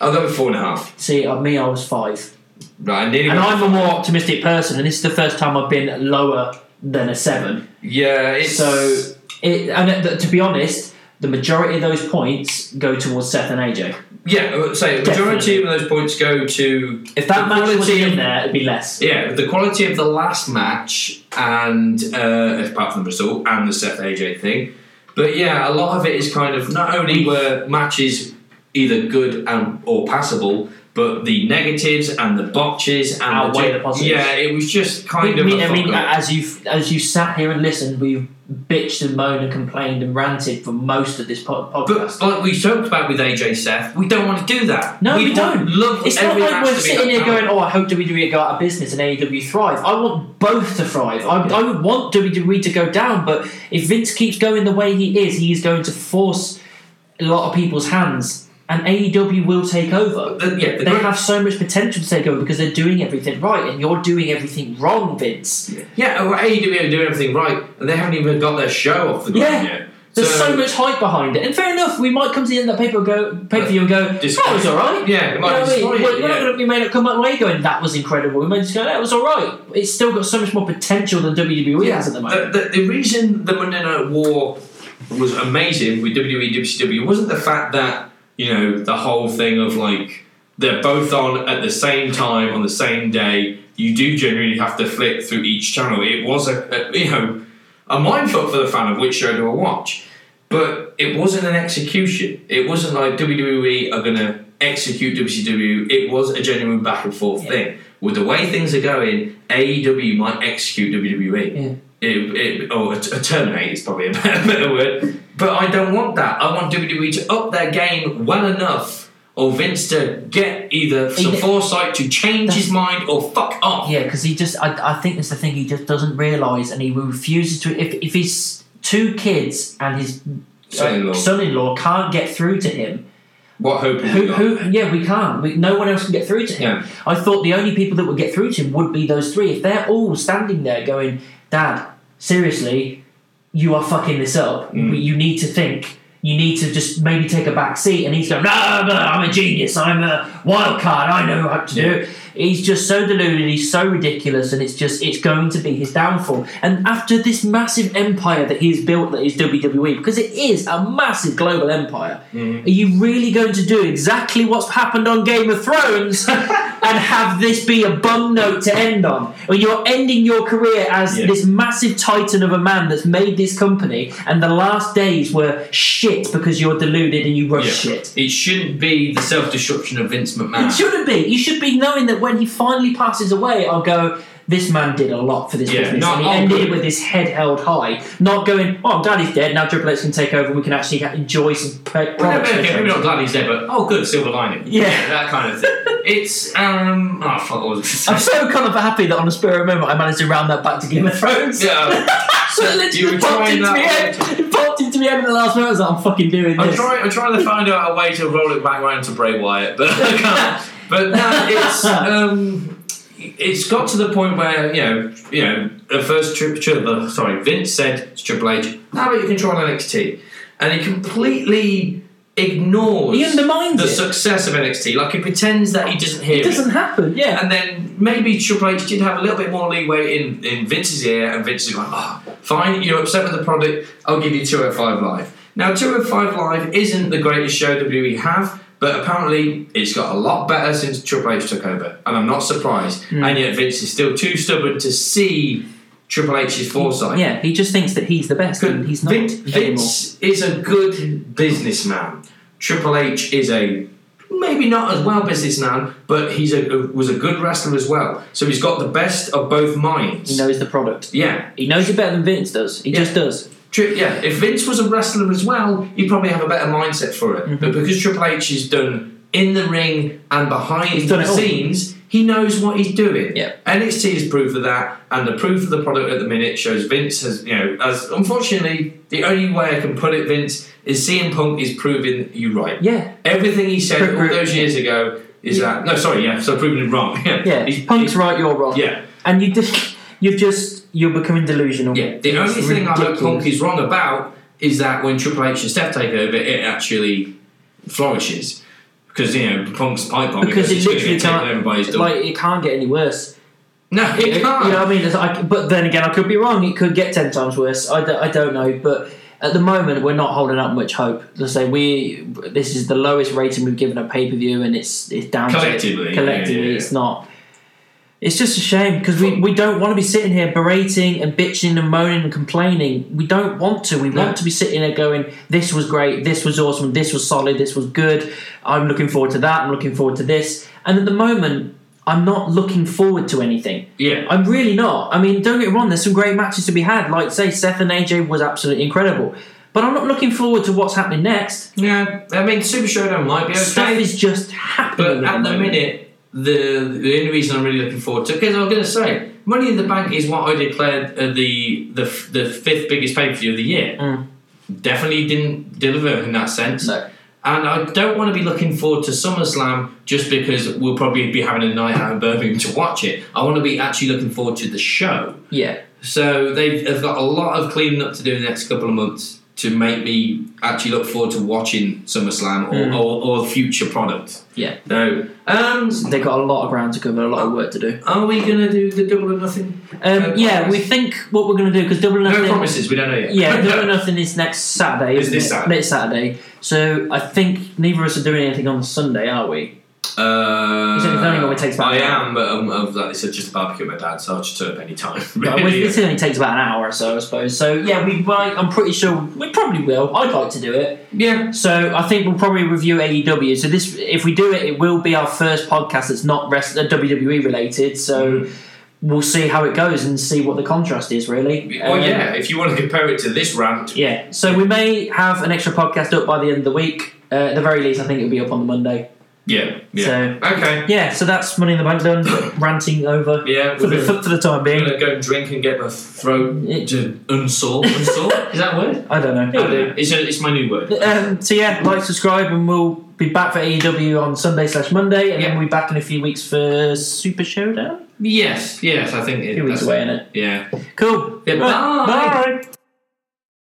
[SPEAKER 1] I'll go with four and a half.
[SPEAKER 2] See, of me, I was five,
[SPEAKER 1] Right, I nearly
[SPEAKER 2] and
[SPEAKER 1] went-
[SPEAKER 2] I'm a more optimistic person, and this is the first time I've been lower than a seven.
[SPEAKER 1] yeah. It's,
[SPEAKER 2] So, it, and th- to be honest, the majority of those points go towards Seth and AJ.
[SPEAKER 1] yeah, I would say majority
[SPEAKER 2] Definitely.
[SPEAKER 1] of those points go to
[SPEAKER 2] If that
[SPEAKER 1] The
[SPEAKER 2] match was
[SPEAKER 1] quality-
[SPEAKER 2] in there, it'd be less.
[SPEAKER 1] Yeah, the quality of the last match, and uh, apart from the result and the Seth AJ thing, but yeah, a lot of it is kind of not only were matches either good and or passable, but the negatives and the botches and
[SPEAKER 2] Outweigh
[SPEAKER 1] ju-
[SPEAKER 2] the positives.
[SPEAKER 1] Yeah, it was just kind
[SPEAKER 2] We-
[SPEAKER 1] of.
[SPEAKER 2] we-
[SPEAKER 1] a
[SPEAKER 2] I mean,
[SPEAKER 1] fuck-up.
[SPEAKER 2] as you've as you sat here and listened, we've bitched and moaned and complained and ranted for most of this pod- podcast.
[SPEAKER 1] but like we talked about with AJ Seth, we don't want to do that.
[SPEAKER 2] No, we
[SPEAKER 1] want-
[SPEAKER 2] don't.
[SPEAKER 1] Love
[SPEAKER 2] It's not
[SPEAKER 1] every
[SPEAKER 2] like
[SPEAKER 1] match
[SPEAKER 2] we're
[SPEAKER 1] to be
[SPEAKER 2] sitting
[SPEAKER 1] that
[SPEAKER 2] here
[SPEAKER 1] bad.
[SPEAKER 2] going, "Oh, I hope WWE go out of business and AEW thrive." I want both to thrive. I, I would want WWE to go down, but if Vince keeps going the way he is, he is going to force a lot of people's hands, and AEW will take over.
[SPEAKER 1] The- yeah, the
[SPEAKER 2] They
[SPEAKER 1] great-
[SPEAKER 2] have so much potential to take over because they're doing everything right, and you're doing everything wrong, Vince.
[SPEAKER 1] yeah, well, AEW are doing everything right, and they haven't even got their show off the ground
[SPEAKER 2] Yeah.
[SPEAKER 1] yet.
[SPEAKER 2] There's so, much hype behind it, and fair enough, we might come to the end of that paper go pay per view and go, "That was all right."
[SPEAKER 1] Yeah, it
[SPEAKER 2] You
[SPEAKER 1] might
[SPEAKER 2] know what I mean?
[SPEAKER 1] destroy it,
[SPEAKER 2] Well, we're
[SPEAKER 1] yeah.
[SPEAKER 2] not gonna- we may not come away going that was incredible. We may just go that was all right. It's still got so much more potential than WWE E has at the moment.
[SPEAKER 1] The, the, the reason the Monday Night War was amazing with E WWE WCW wasn't the fact that you know the whole thing of like they're both on at the same time on the same day. You do generally have to flip through each channel. It was a, a you know a mindfuck for the fan of which show do I watch. But it wasn't an execution. It wasn't like WWE are going to execute WCW. It was a genuine back and forth
[SPEAKER 2] Yeah.
[SPEAKER 1] thing. With the way things are going, AEW might execute WWE.
[SPEAKER 2] Yeah.
[SPEAKER 1] It, it, or a, a terminate is probably a E better, better word. But I don't want that. I want WWE to up their game well enough or Vince to get either some
[SPEAKER 2] He-
[SPEAKER 1] foresight to change his mind or fuck off.
[SPEAKER 2] Yeah, because he just, I, I think that's the thing, he just doesn't realise and he refuses to. If, if his two kids and his
[SPEAKER 1] Son-in-law.
[SPEAKER 2] son in law can't get through to him,
[SPEAKER 1] What hope have
[SPEAKER 2] who,
[SPEAKER 1] we got?
[SPEAKER 2] who, yeah, we can't. We, no one else can get through to him.
[SPEAKER 1] Yeah.
[SPEAKER 2] I thought the only people that would get through to him would be those three. If they're all standing there going, Dad, seriously, you are fucking this up.
[SPEAKER 1] Mm.
[SPEAKER 2] You need to think. You need to just maybe take a back seat. And he's going, No, no, I'm a genius. I'm a wild card. I know what to do. He's just so deluded. He's so ridiculous. And it's just, it's going to be his downfall. And after this massive empire that he's built, that is WWE, because it is a massive global empire,
[SPEAKER 1] Mm-hmm.
[SPEAKER 2] are you really going to do exactly what's happened on Game of Thrones and have this be a bum note to end on? When you're ending your career as
[SPEAKER 1] Yeah.
[SPEAKER 2] this massive titan of a man that's made this company, and the last days were shit because you're deluded and you rush
[SPEAKER 1] Yeah.
[SPEAKER 2] shit.
[SPEAKER 1] It shouldn't be the self destruction of Vince McMahon.
[SPEAKER 2] It shouldn't be. You should be knowing that when he finally passes away, I'll go. This man did a lot for this
[SPEAKER 1] Yeah,
[SPEAKER 2] business,
[SPEAKER 1] not-
[SPEAKER 2] and he
[SPEAKER 1] oh,
[SPEAKER 2] ended
[SPEAKER 1] good.
[SPEAKER 2] it with his head held high. Not going, "Oh, Daddy's dead now. Triple H can take over. and We can actually ha- enjoy some pro-
[SPEAKER 1] Well,
[SPEAKER 2] products."
[SPEAKER 1] okay, maybe not glad he's there, but oh, good silver lining.
[SPEAKER 2] Yeah.
[SPEAKER 1] that kind of thing. It's um, oh fuck, what was I
[SPEAKER 2] I'm
[SPEAKER 1] gonna say?
[SPEAKER 2] so kind of happy that on a spur of the moment I managed to round that back to Game of Thrones.
[SPEAKER 1] Yeah,
[SPEAKER 2] so it literally
[SPEAKER 1] you were
[SPEAKER 2] popped
[SPEAKER 1] trying
[SPEAKER 2] into
[SPEAKER 1] that
[SPEAKER 2] me head. It popped into me head in the last moment. I was like, I'm fucking doing
[SPEAKER 1] I'm
[SPEAKER 2] this.
[SPEAKER 1] trying, I'm trying to find out a way to roll it back round to Bray Wyatt, but I can't. But no, it's um, it's got to the point where you know, you know, at first, tri- tri- uh, sorry, Vince said to Triple H, "How about you control NXT?" and he completely ignores
[SPEAKER 2] He undermines
[SPEAKER 1] the
[SPEAKER 2] it.
[SPEAKER 1] success of NXT. Like he pretends that he doesn't hear
[SPEAKER 2] it doesn't happen. Yeah.
[SPEAKER 1] And then maybe Triple H did have a little bit more leeway in, in Vince's ear, and Vince is going, oh, fine, you're upset with the product, I'll give you 205 Live. Now, 205 Live isn't the greatest show WWE have, but apparently it's got a lot better since Triple H took over, and I'm not surprised. And yet Vince is still too stubborn to see Triple H's foresight.
[SPEAKER 2] yeah, he just thinks that he's the best,
[SPEAKER 1] Good.
[SPEAKER 2] and he's not
[SPEAKER 1] Vince,
[SPEAKER 2] anymore.
[SPEAKER 1] Vince is a good businessman. Triple H is a maybe not as well businessman, but he's a was a good wrestler as well. So he's got the best of both minds.
[SPEAKER 2] He knows the product.
[SPEAKER 1] Yeah,
[SPEAKER 2] He knows it better than Vince does. He
[SPEAKER 1] Yeah.
[SPEAKER 2] just does.
[SPEAKER 1] Tri- yeah. If Vince was a wrestler as well, he'd probably have a better mindset for
[SPEAKER 2] Mm-hmm.
[SPEAKER 1] it. But because Triple H is done in the ring and behind
[SPEAKER 2] done
[SPEAKER 1] the
[SPEAKER 2] it all.
[SPEAKER 1] scenes, he knows what he's doing.
[SPEAKER 2] Yeah.
[SPEAKER 1] NXT is proof of that, and the proof of the product at the minute shows Vince has you know as unfortunately the only way I can put it, Vince, is CM Punk is proving you right.
[SPEAKER 2] Yeah.
[SPEAKER 1] Everything he said
[SPEAKER 2] Pro-
[SPEAKER 1] all
[SPEAKER 2] pro-
[SPEAKER 1] those years ago is that no, sorry, yeah, so proving him wrong. yeah,
[SPEAKER 2] Yeah.
[SPEAKER 1] he's
[SPEAKER 2] Punk's right, you're wrong.
[SPEAKER 1] Yeah.
[SPEAKER 2] And you just, you've just, you're becoming delusional.
[SPEAKER 1] Yeah, the
[SPEAKER 2] It's
[SPEAKER 1] only thing I hope
[SPEAKER 2] ridiculous.
[SPEAKER 1] Punk is wrong about is that when Triple H and Steph take over, it actually flourishes. Because, you know, Punk's pipe bomb
[SPEAKER 2] because it
[SPEAKER 1] it's gonna
[SPEAKER 2] literally
[SPEAKER 1] get taken over by his
[SPEAKER 2] can't,
[SPEAKER 1] double.
[SPEAKER 2] like, it can't get any worse.
[SPEAKER 1] no, it
[SPEAKER 2] You know
[SPEAKER 1] can't.
[SPEAKER 2] what I mean? It's like- but then again, I could be wrong. It could get ten times worse. I don't, I don't know. But at the moment, we're not holding up much hope. Let's say we this is the lowest rating we've given a pay per view, and it's it's down
[SPEAKER 1] Collectively,
[SPEAKER 2] To,
[SPEAKER 1] yeah,
[SPEAKER 2] collectively,
[SPEAKER 1] yeah, yeah.
[SPEAKER 2] it's not. It's just a shame because we, we don't want to be sitting here berating and bitching and moaning and complaining. We don't want to. We
[SPEAKER 1] No.
[SPEAKER 2] want to be sitting there going, "This was great. This was awesome. This was solid. This was good. I'm looking forward to that. I'm looking forward to this." And at the moment, I'm not looking forward to anything.
[SPEAKER 1] yeah.
[SPEAKER 2] I'm really not. I mean, don't get me wrong, there's some great matches to be had. Like, say, Seth and AJ was absolutely incredible. But I'm not looking forward to what's happening next.
[SPEAKER 1] Yeah, I mean, Super Showdown might be okay.
[SPEAKER 2] Stuff is just happening.
[SPEAKER 1] But at the
[SPEAKER 2] moment.
[SPEAKER 1] minute, the the only reason I'm really looking forward to because I was going to say Money in the Bank is what I declared uh, the the f- the fifth biggest pay per view of the year. Definitely didn't deliver in that sense.
[SPEAKER 2] No.
[SPEAKER 1] And I don't want to be looking forward to SummerSlam just because we'll probably be having a night out in Birmingham to watch it. I want to be actually looking forward to the show.
[SPEAKER 2] Yeah.
[SPEAKER 1] So they've, they've got a lot of cleaning up to do in the next couple of months to make me actually look forward to watching SummerSlam or, or, or future product.
[SPEAKER 2] Hmm. Yeah.
[SPEAKER 1] No. Um,
[SPEAKER 2] They've got a lot of ground to cover, a lot of work to do.
[SPEAKER 1] are we going to do the double or nothing?
[SPEAKER 2] Um, yeah, we think what we're going to do, because Double or
[SPEAKER 1] No
[SPEAKER 2] Nothing.
[SPEAKER 1] promises, we don't know yet.
[SPEAKER 2] Yeah, Double or Nothing is next Saturday.
[SPEAKER 1] It's
[SPEAKER 2] isn't
[SPEAKER 1] this
[SPEAKER 2] it?
[SPEAKER 1] Saturday.
[SPEAKER 2] Next Saturday. So I think neither of us are doing anything on Sunday, are we?
[SPEAKER 1] Uh,
[SPEAKER 2] It's only only when it takes about
[SPEAKER 1] I
[SPEAKER 2] an hour.
[SPEAKER 1] am, but um, I've, like I said, just a barbecue at my dad's, so I'll just turn up any time.
[SPEAKER 2] But
[SPEAKER 1] really.
[SPEAKER 2] we- This only takes about an hour or so, I suppose. So yeah, we might, I'm pretty sure, we probably will. I'd like to do it.
[SPEAKER 1] yeah.
[SPEAKER 2] So I think we'll probably review AEW. So this, if we do it, it will be our first podcast that's not rest, uh, WWE related. So
[SPEAKER 1] Mm-hmm.
[SPEAKER 2] we'll see how it goes and see what the contrast is. Really.
[SPEAKER 1] Well,
[SPEAKER 2] Um,
[SPEAKER 1] Oh, yeah, if you want to compare it to this rant,
[SPEAKER 2] Yeah. So we may have an extra podcast up by the end of the week. Uh, at the very least, I think it'll be up on the Monday.
[SPEAKER 1] Yeah. Yeah.
[SPEAKER 2] So
[SPEAKER 1] okay.
[SPEAKER 2] yeah, so that's Money in the Bank done. ranting over
[SPEAKER 1] Yeah.
[SPEAKER 2] for
[SPEAKER 1] We're
[SPEAKER 2] the,
[SPEAKER 1] gonna,
[SPEAKER 2] for, for the time
[SPEAKER 1] we're
[SPEAKER 2] being.
[SPEAKER 1] gonna go and drink and get my throat
[SPEAKER 2] It-
[SPEAKER 1] to unsore. Unsore. Is that a word?
[SPEAKER 2] I don't know.
[SPEAKER 1] I do. It's, a, it's my new word.
[SPEAKER 2] Um, so yeah, like, subscribe, and we'll be back for AEW on Sunday slash Monday, and
[SPEAKER 1] Yeah.
[SPEAKER 2] then we'll be back in a few weeks for Super Showdown.
[SPEAKER 1] Yes. Yes. I think
[SPEAKER 2] A
[SPEAKER 1] it,
[SPEAKER 2] few weeks
[SPEAKER 1] that's
[SPEAKER 2] away, innit?
[SPEAKER 1] Yeah.
[SPEAKER 2] Cool.
[SPEAKER 1] Yeah,
[SPEAKER 2] Right,
[SPEAKER 1] bye.
[SPEAKER 2] bye.